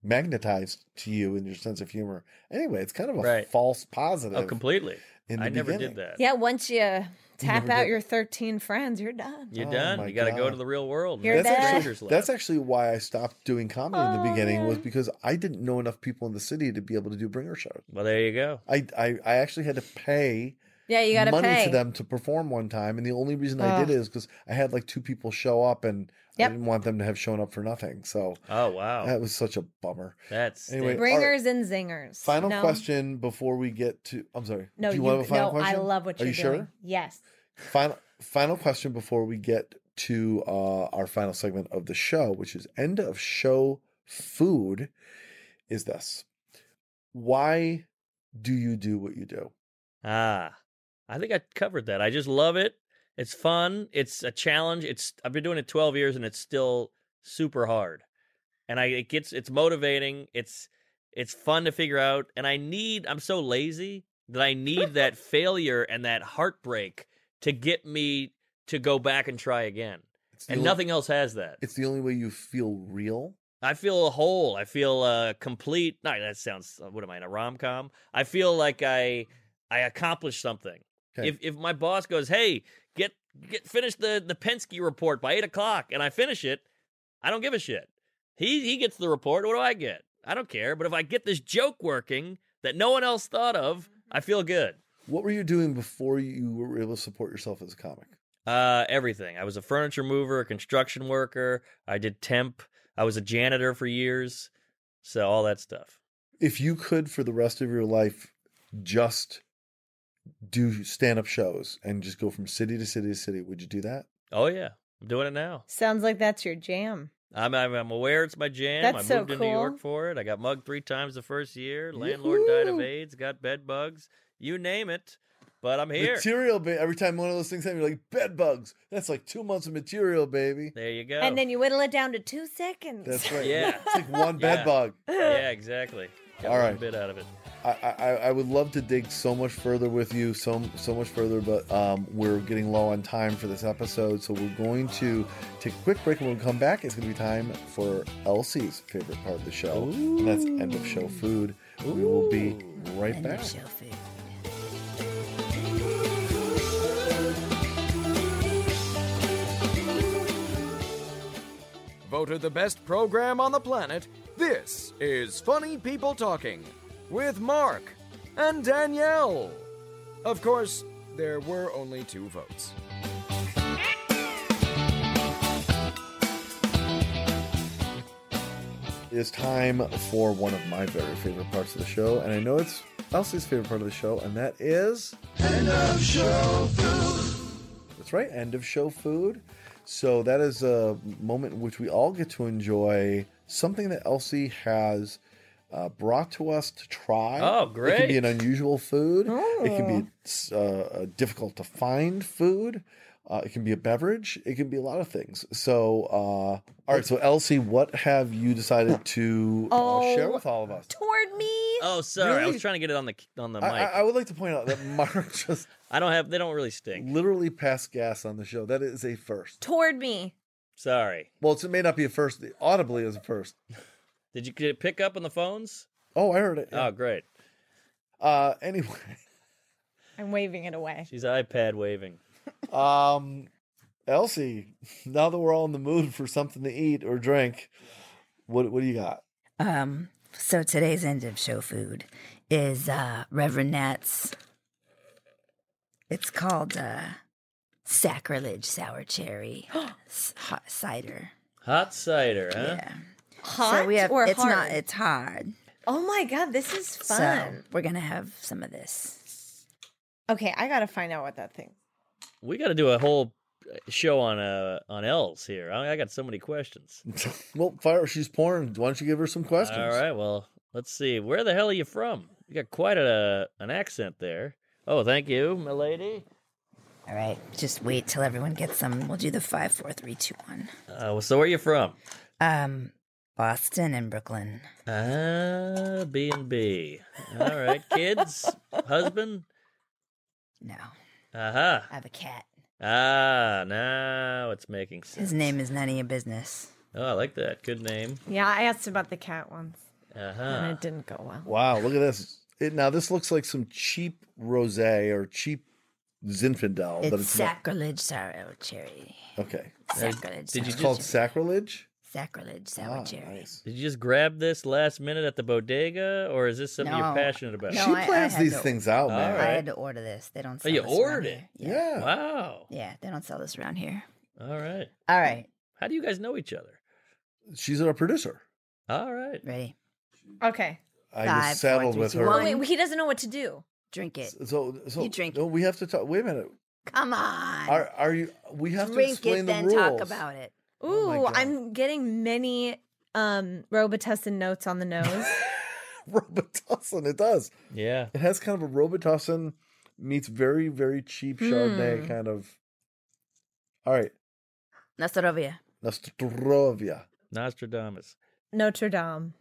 magnetized to you in your sense of humor. Anyway, it's kind of a Right. false positive. Oh, completely. in the I never beginning. did that. Yeah, once you tap never out did. your 13 friends, you're done. You're Oh, done. my You gotta go God. to the real world. You're That's dead. what That's Schindler's actually, that's List. actually why I stopped doing comedy in the Oh, beginning was yeah. because I didn't know enough people in the city to be able to do bringer shows. Well, there you go. I I, I actually had to pay Yeah, you got to money pay. to them to perform one time, and the only reason I did Ugh. it is because I had like two people show up, and Yep. I didn't want them to have shown up for nothing. So Oh wow. that was such a bummer. That's Anyway, All right. Bringers and zingers. Final No. question before we get to I'm sorry. No, do you, you, want to have a final no, question? I love what Are you're you sure? doing. Yes. Final final question before we get to uh, our final segment of the show, which is end of show food, is this: Why do you do what you do? Ah, I think I covered that. I just love it. It's fun. It's a challenge. It's I've been doing it 12 years and it's still super hard. And I it gets it's motivating. It's it's fun to figure out and I need I'm so lazy that I need that failure and that heartbreak to get me to go back and try again. It's the And only- nothing else has that. It's the only way you feel real. I feel whole. I feel uh, complete. No, that sounds. uh, What am I in a rom com? I feel like I I accomplished something. Okay. If if my boss goes, hey, get get finish the the Penske report by eight o'clock, and I finish it, I don't give a shit. He he gets the report. What do I get? I don't care. But if I get this joke working that no one else thought of, I feel good. What were you doing before you were able to support yourself as a comic? Uh, everything. I was a furniture mover, a construction worker. I did temp. I was a janitor for years. So all that stuff. If you could, for the rest of your life, just do stand up shows and just go from city to city to city, would you do that? Oh yeah, I'm doing it now. Sounds like that's your jam. I'm I'm, I'm aware it's my jam. That's I moved so to New York cool. for it. I got mugged three times the first year. Landlord died of Yoo-hoo. AIDS. Got bed bugs. You name it, but I'm here. Material, ba- every time one of those things happen, you're like bed bugs. That's like two months of material, baby. there you go. And then you whittle it down to two seconds. That's right. Yeah. it's like one Yeah. bed bug. yeah, exactly. Got All a little right. bit out of it. I, I I would love to dig so much further with you, so so much further, but um, we're getting low on time for this episode, so we're going to take a quick break. And when we come back, it's going to be time for Elsie's favorite part of the show, and that's end of show food. We will be right End back. of show food. Voted the best program on the planet, this is Funny People Talking with Mark and Danielle. Of course, there were only two votes. It is time for one of my very favorite parts of the show, and I know it's Elsie's favorite part of the show, and that is end of show food. That's That's right, end of show food. So that is a moment in which we all get to enjoy something that Elsie has uh, brought to us to try. Oh, It can be an great. unusual food. It can be uh, difficult to find food. Uh, it can be a beverage. It can be a lot of things. So, uh, all right. So, Elsie, what have you decided to uh, share Oh, with all of us? Toward me. Oh, sorry. I Really? was trying to get it on the on the I, mic. I I, I would like to point out that Mark just don't have. They don't really stink. literally passed gas on the show. That is a first. Toward me. Sorry. Well, it's, it may not be a first. Audibly is a first. Did you get it pick up on the phones? Oh, I heard it. Oh, great. Uh, anyway, I'm waving it away. She's iPad waving. um, Elsie, now that we're all in the mood for something to eat or drink, what what do you got? Um, so today's end of show food is uh, Reverend Nat's. It's called uh, Sacrilege Sour Cherry s- Hot Cider. Hot cider, huh? Yeah. Hot so we have, or it's hard? not, it's hard. oh my god, this is So fun. we're going to have some of this. okay, I gotta find out what that thing. We got to do a whole show on uh on elves here. I, I got so many questions. Well, fire. She's pouring. Why don't you give her some questions? All right, well, let's see. Where the hell are you from? You got quite a an accent there. Oh, thank you, milady. All right. Just wait till everyone gets some. We'll do the five, four, three, two, one. Uh, so where are you from? Um, Boston and Brooklyn. Ah, B and B. All right, kids, husband. No, Uh-huh. I have a cat. Ah, now it's making sense. His name is none of your business. Oh, I like that. Good name. Yeah, I asked about the cat once, Uh and huh. it didn't go well. Wow, look at this. It, now this looks like some cheap rosé or cheap Zinfandel. Oh, but It's it's not- sacrilege sour cherry. okay. Sacrilege. did you sour- It's called sacrilege. sacrilege sour Ah, cherry? nice. Did you just grab this last minute at the bodega, or is this something you're No. passionate about? No, she I- I plans had these to- things out, All man. I right. had to order this. They Oh, don't. Sell you this around ordered here. it? Yeah. Yeah. Wow. Yeah, they don't sell this around here. All right. All right, How do you guys know each other? She's our producer. All right. ready? Okay. I Five, was saddled four, with three, her. two, Well, Fine. wait, he doesn't know what to do. Drink it. So, so You drink No, we have to talk. Wait a minute. Come on. Are are you? We have to Drink explain it, the then rules. talk about it. Ooh, Oh my God. I'm getting many um Robitussin notes on the nose. Robitussin. It does. Yeah. It has kind of a Robitussin meets very very cheap Chardonnay Hmm. kind of. All right, Nastarovia. Nostrovia. Nostradamus. Notre Dame.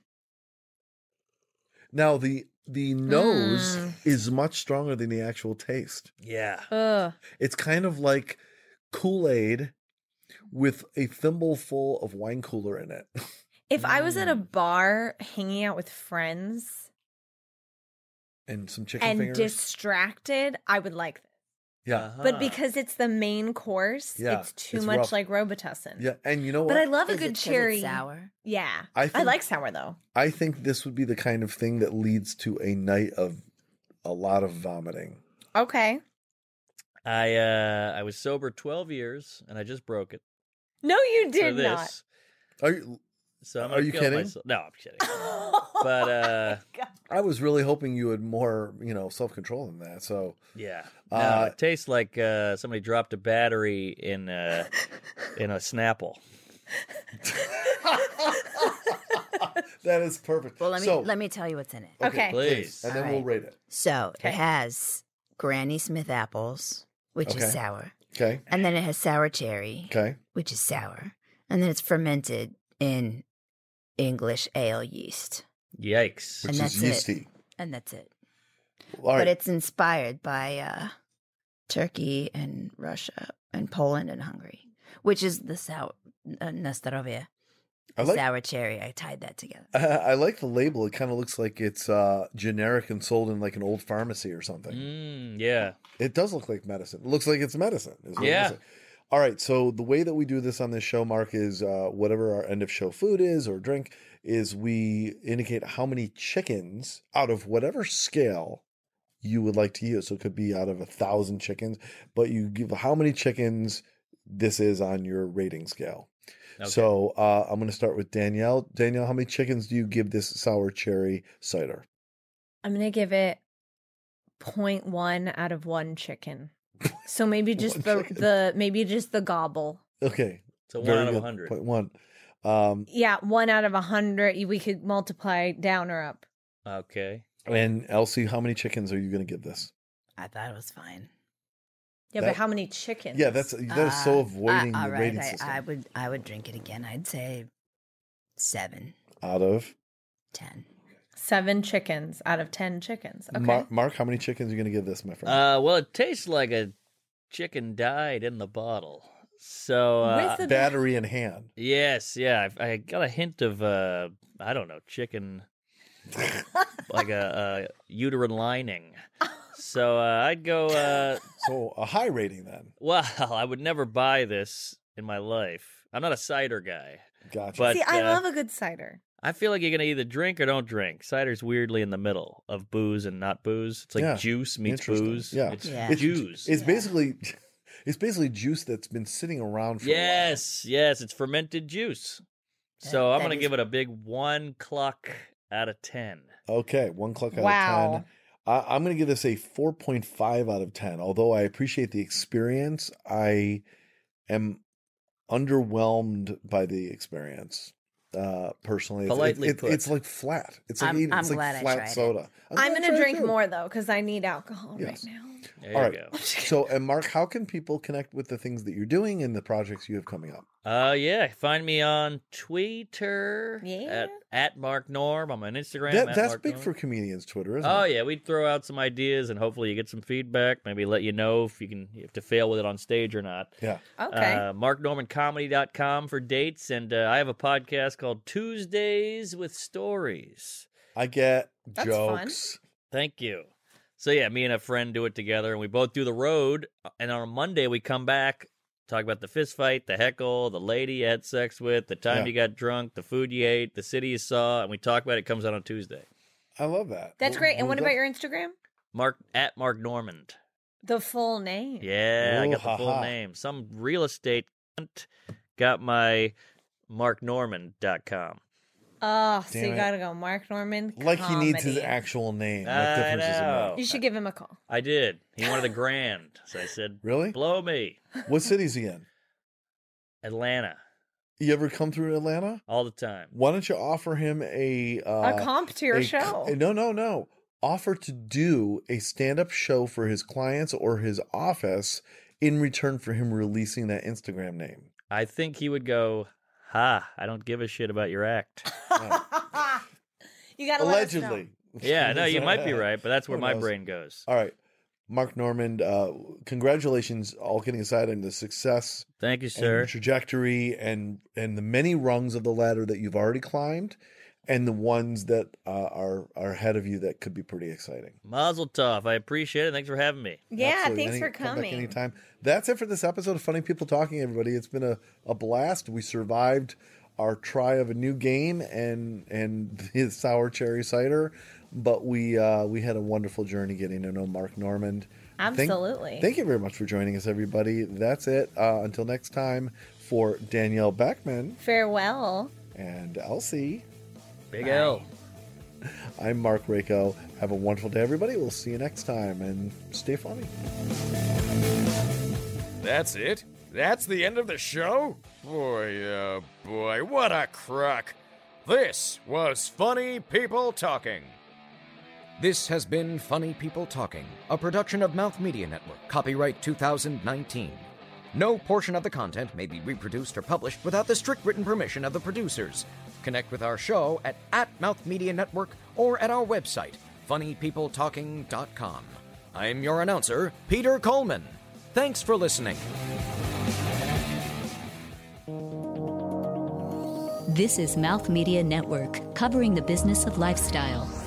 Now the the nose Hmm. Mm. is much stronger than the actual taste. Yeah. Ugh. It's kind of like Kool Aid with a thimbleful of wine cooler in it. If I was at a Mm. bar hanging out with friends And some chicken and fingers. distracted, I would like this. yeah. But because it's the main course, Ah. Yeah, it's too it's much rough. like Robitussin. Yeah. And you know what? But I love a Is it 'cause good it's cherry. sour. Yeah. I I, think- like sour though. I think this would be the kind of thing that leads to a night of a lot of vomiting. Okay. I uh I was sober 12 years and I just broke it. No, you for did not. this. Are you, So I'm Are gonna you kill kidding? myself. No, I'm kidding. but uh I was really hoping you had more, you know, self control than that. So yeah. No, Uh, it tastes like uh somebody dropped a battery in uh in a Snapple. that is perfect. Well, let me So- Oh. let me tell you what's in it. Okay. Please. and then All we'll right. rate it. So Okay. it has Granny Smith apples, which Okay. is sour, Okay. and then it has sour cherry, Okay. which is sour, and then it's fermented in English ale yeast, Yikes. And Which that's is it. yeasty. and that's it. All But right. it's inspired by uh, Turkey and Russia and Poland and Hungary, which is the sour uh, Nastarovia, I like sour cherry. I tied that together. I like the label. It kind of looks like it's uh, generic and sold in like an old pharmacy or something. Mm, yeah. It does look like medicine. It looks like it's medicine. is what it Yeah. looks like. All right. So the way that we do this on this show, Mark, is uh, whatever our end of show food is or drink is we indicate how many chickens out of whatever scale you would like to use. So it could be out of a thousand chickens, but you give how many chickens this is on your rating scale. Okay. So uh, I'm going to start with Danielle. Danielle, how many chickens do you give this sour cherry cider? I'm gonna give it 0.1 out of one chicken. So maybe just the, the maybe just the gobble. Okay. So one very out of good. a hundred. Point one. Um, Yeah, one out of a hundred. We could multiply down or up. Okay. and Elsie, how many chickens are you going to give this? I thought it was fine. Yeah, That- but how many chickens? Yeah, that's that is so Uh, avoiding uh, all the right, rating I, system. I would I would drink it again. I'd say seven, Out of ten. seven chickens out of ten chickens. Okay. Mar- Mark, how many chickens are you going to give this, my friend? Uh, well, it tastes like a chicken died in the bottle. So uh, With the- Battery in hand. yes, yeah, I, I got a hint of uh, I don't know, chicken, like a, uh uterine lining. So uh, I'd go. Uh, So a high rating then. well, I would never buy this in my life. I'm not a cider guy. Gotcha. But- See, I uh, love a good cider. I feel like you're gonna either drink or don't drink. Cider's weirdly in the middle of booze and not booze. It's like Yeah. juice meets Interesting. booze. Yeah. it's Yeah. it's, juice. It's basically, it's basically juice that's been sitting around for. a while. yes, yes, it's fermented juice. So That- I'm that gonna is- give it a big one clock out of ten. Okay, one clock out of ten. Wow. I, I'm going to give this a 4.5 out of 10. Although I appreciate the experience, I am underwhelmed by the experience. Uh, personally, It's- Politely it's, it's, put. it's like flat. It's like I'm- eating. I'm It's like glad I flat tried it. soda. I'm glad I gonna tried it drink too. more though because I need alcohol Yes. right now. There All you right. So, and Mark, how can people connect with the things that you're doing and the projects you have coming up? go. Uh yeah. Find me on Twitter Yeah. at, at Mark Norm. I'm on Instagram. That, at that's Mark big Norm. for comedians, Twitter, isn't Oh it? yeah, we'd throw out some ideas and hopefully you get some feedback. Maybe let you know if you can if to fail with it on stage or not. Yeah. Okay. Uh, MarkNormanComedy.com for dates. And uh, I have a podcast called Tuesdays with Stories. I get That's fun. jokes. Thank you. So, yeah, me and a friend do it together, and we both do the road. uh, And on a Monday, we come back, talk about the fist fight, the heckle, the lady you had sex with, the time Yeah. you got drunk, the food you ate, the city you saw. And we talk about it. it comes out on Tuesday. I love that. that's We'll- great. And we'll what about def- your Instagram? Mark at Mark Normand. The full name. Yeah, I Ooh, got the full ha-ha. name. Some real estate cunt got my marknorman.com. Oh, so Damn you it. gotta go, Mark Norman. Like he needs his comedy. actual name. What I difference does it make? know. You should give him a call. I did. He wanted a grand. So I said, Really? Blow me. What city's he in? Atlanta. You ever come through Atlanta? All the time. Why don't you offer him a uh, a comp to your a- show. No, no, no. Offer to do a stand-up show for his clients or his office in return for him releasing that Instagram name. I think he would go, Ha, I don't give a shit about your act. you gotta let us know. Allegedly. yeah, no, you might be right, but that's where Who my knows? Uh, brain goes. All right. Mark Norman, uh, congratulations, all kidding aside, on the success Thank you, and sir. your trajectory and and the many rungs of the ladder that you've already climbed and the ones that uh, are are ahead of you that could be pretty exciting. Mazel tov. I appreciate it. Thanks for having me. Yeah, Absolutely. thanks Any- for come back coming. anytime. That's it for this episode of Funny People Talking, everybody. It's been a, a blast. We survived our try of a new game and and the sour cherry cider, but we uh, we had a wonderful journey getting to know Mark Normand. Thank- Absolutely. Thank, you very much for joining us, everybody. That's it. Uh, until next time, for Danielle Beckman Farewell. and Elsie, Big L. I'm Mark Rako. Have a wonderful day, everybody. We'll see you next time and stay funny. That's it? That's the end of the show? Boy, oh boy, what a crock. This was Funny People Talking. This has been Funny People Talking, a production of Mouth Media Network, copyright 2019. No portion of the content may be reproduced or published without the strict written permission of the producers. Connect with our show at, at Mouth Media Network or at our website, funnypeopletalking.com. I'm your announcer, Peter Coleman. Thanks for listening. This is Mouth Media Network, covering the business of lifestyle.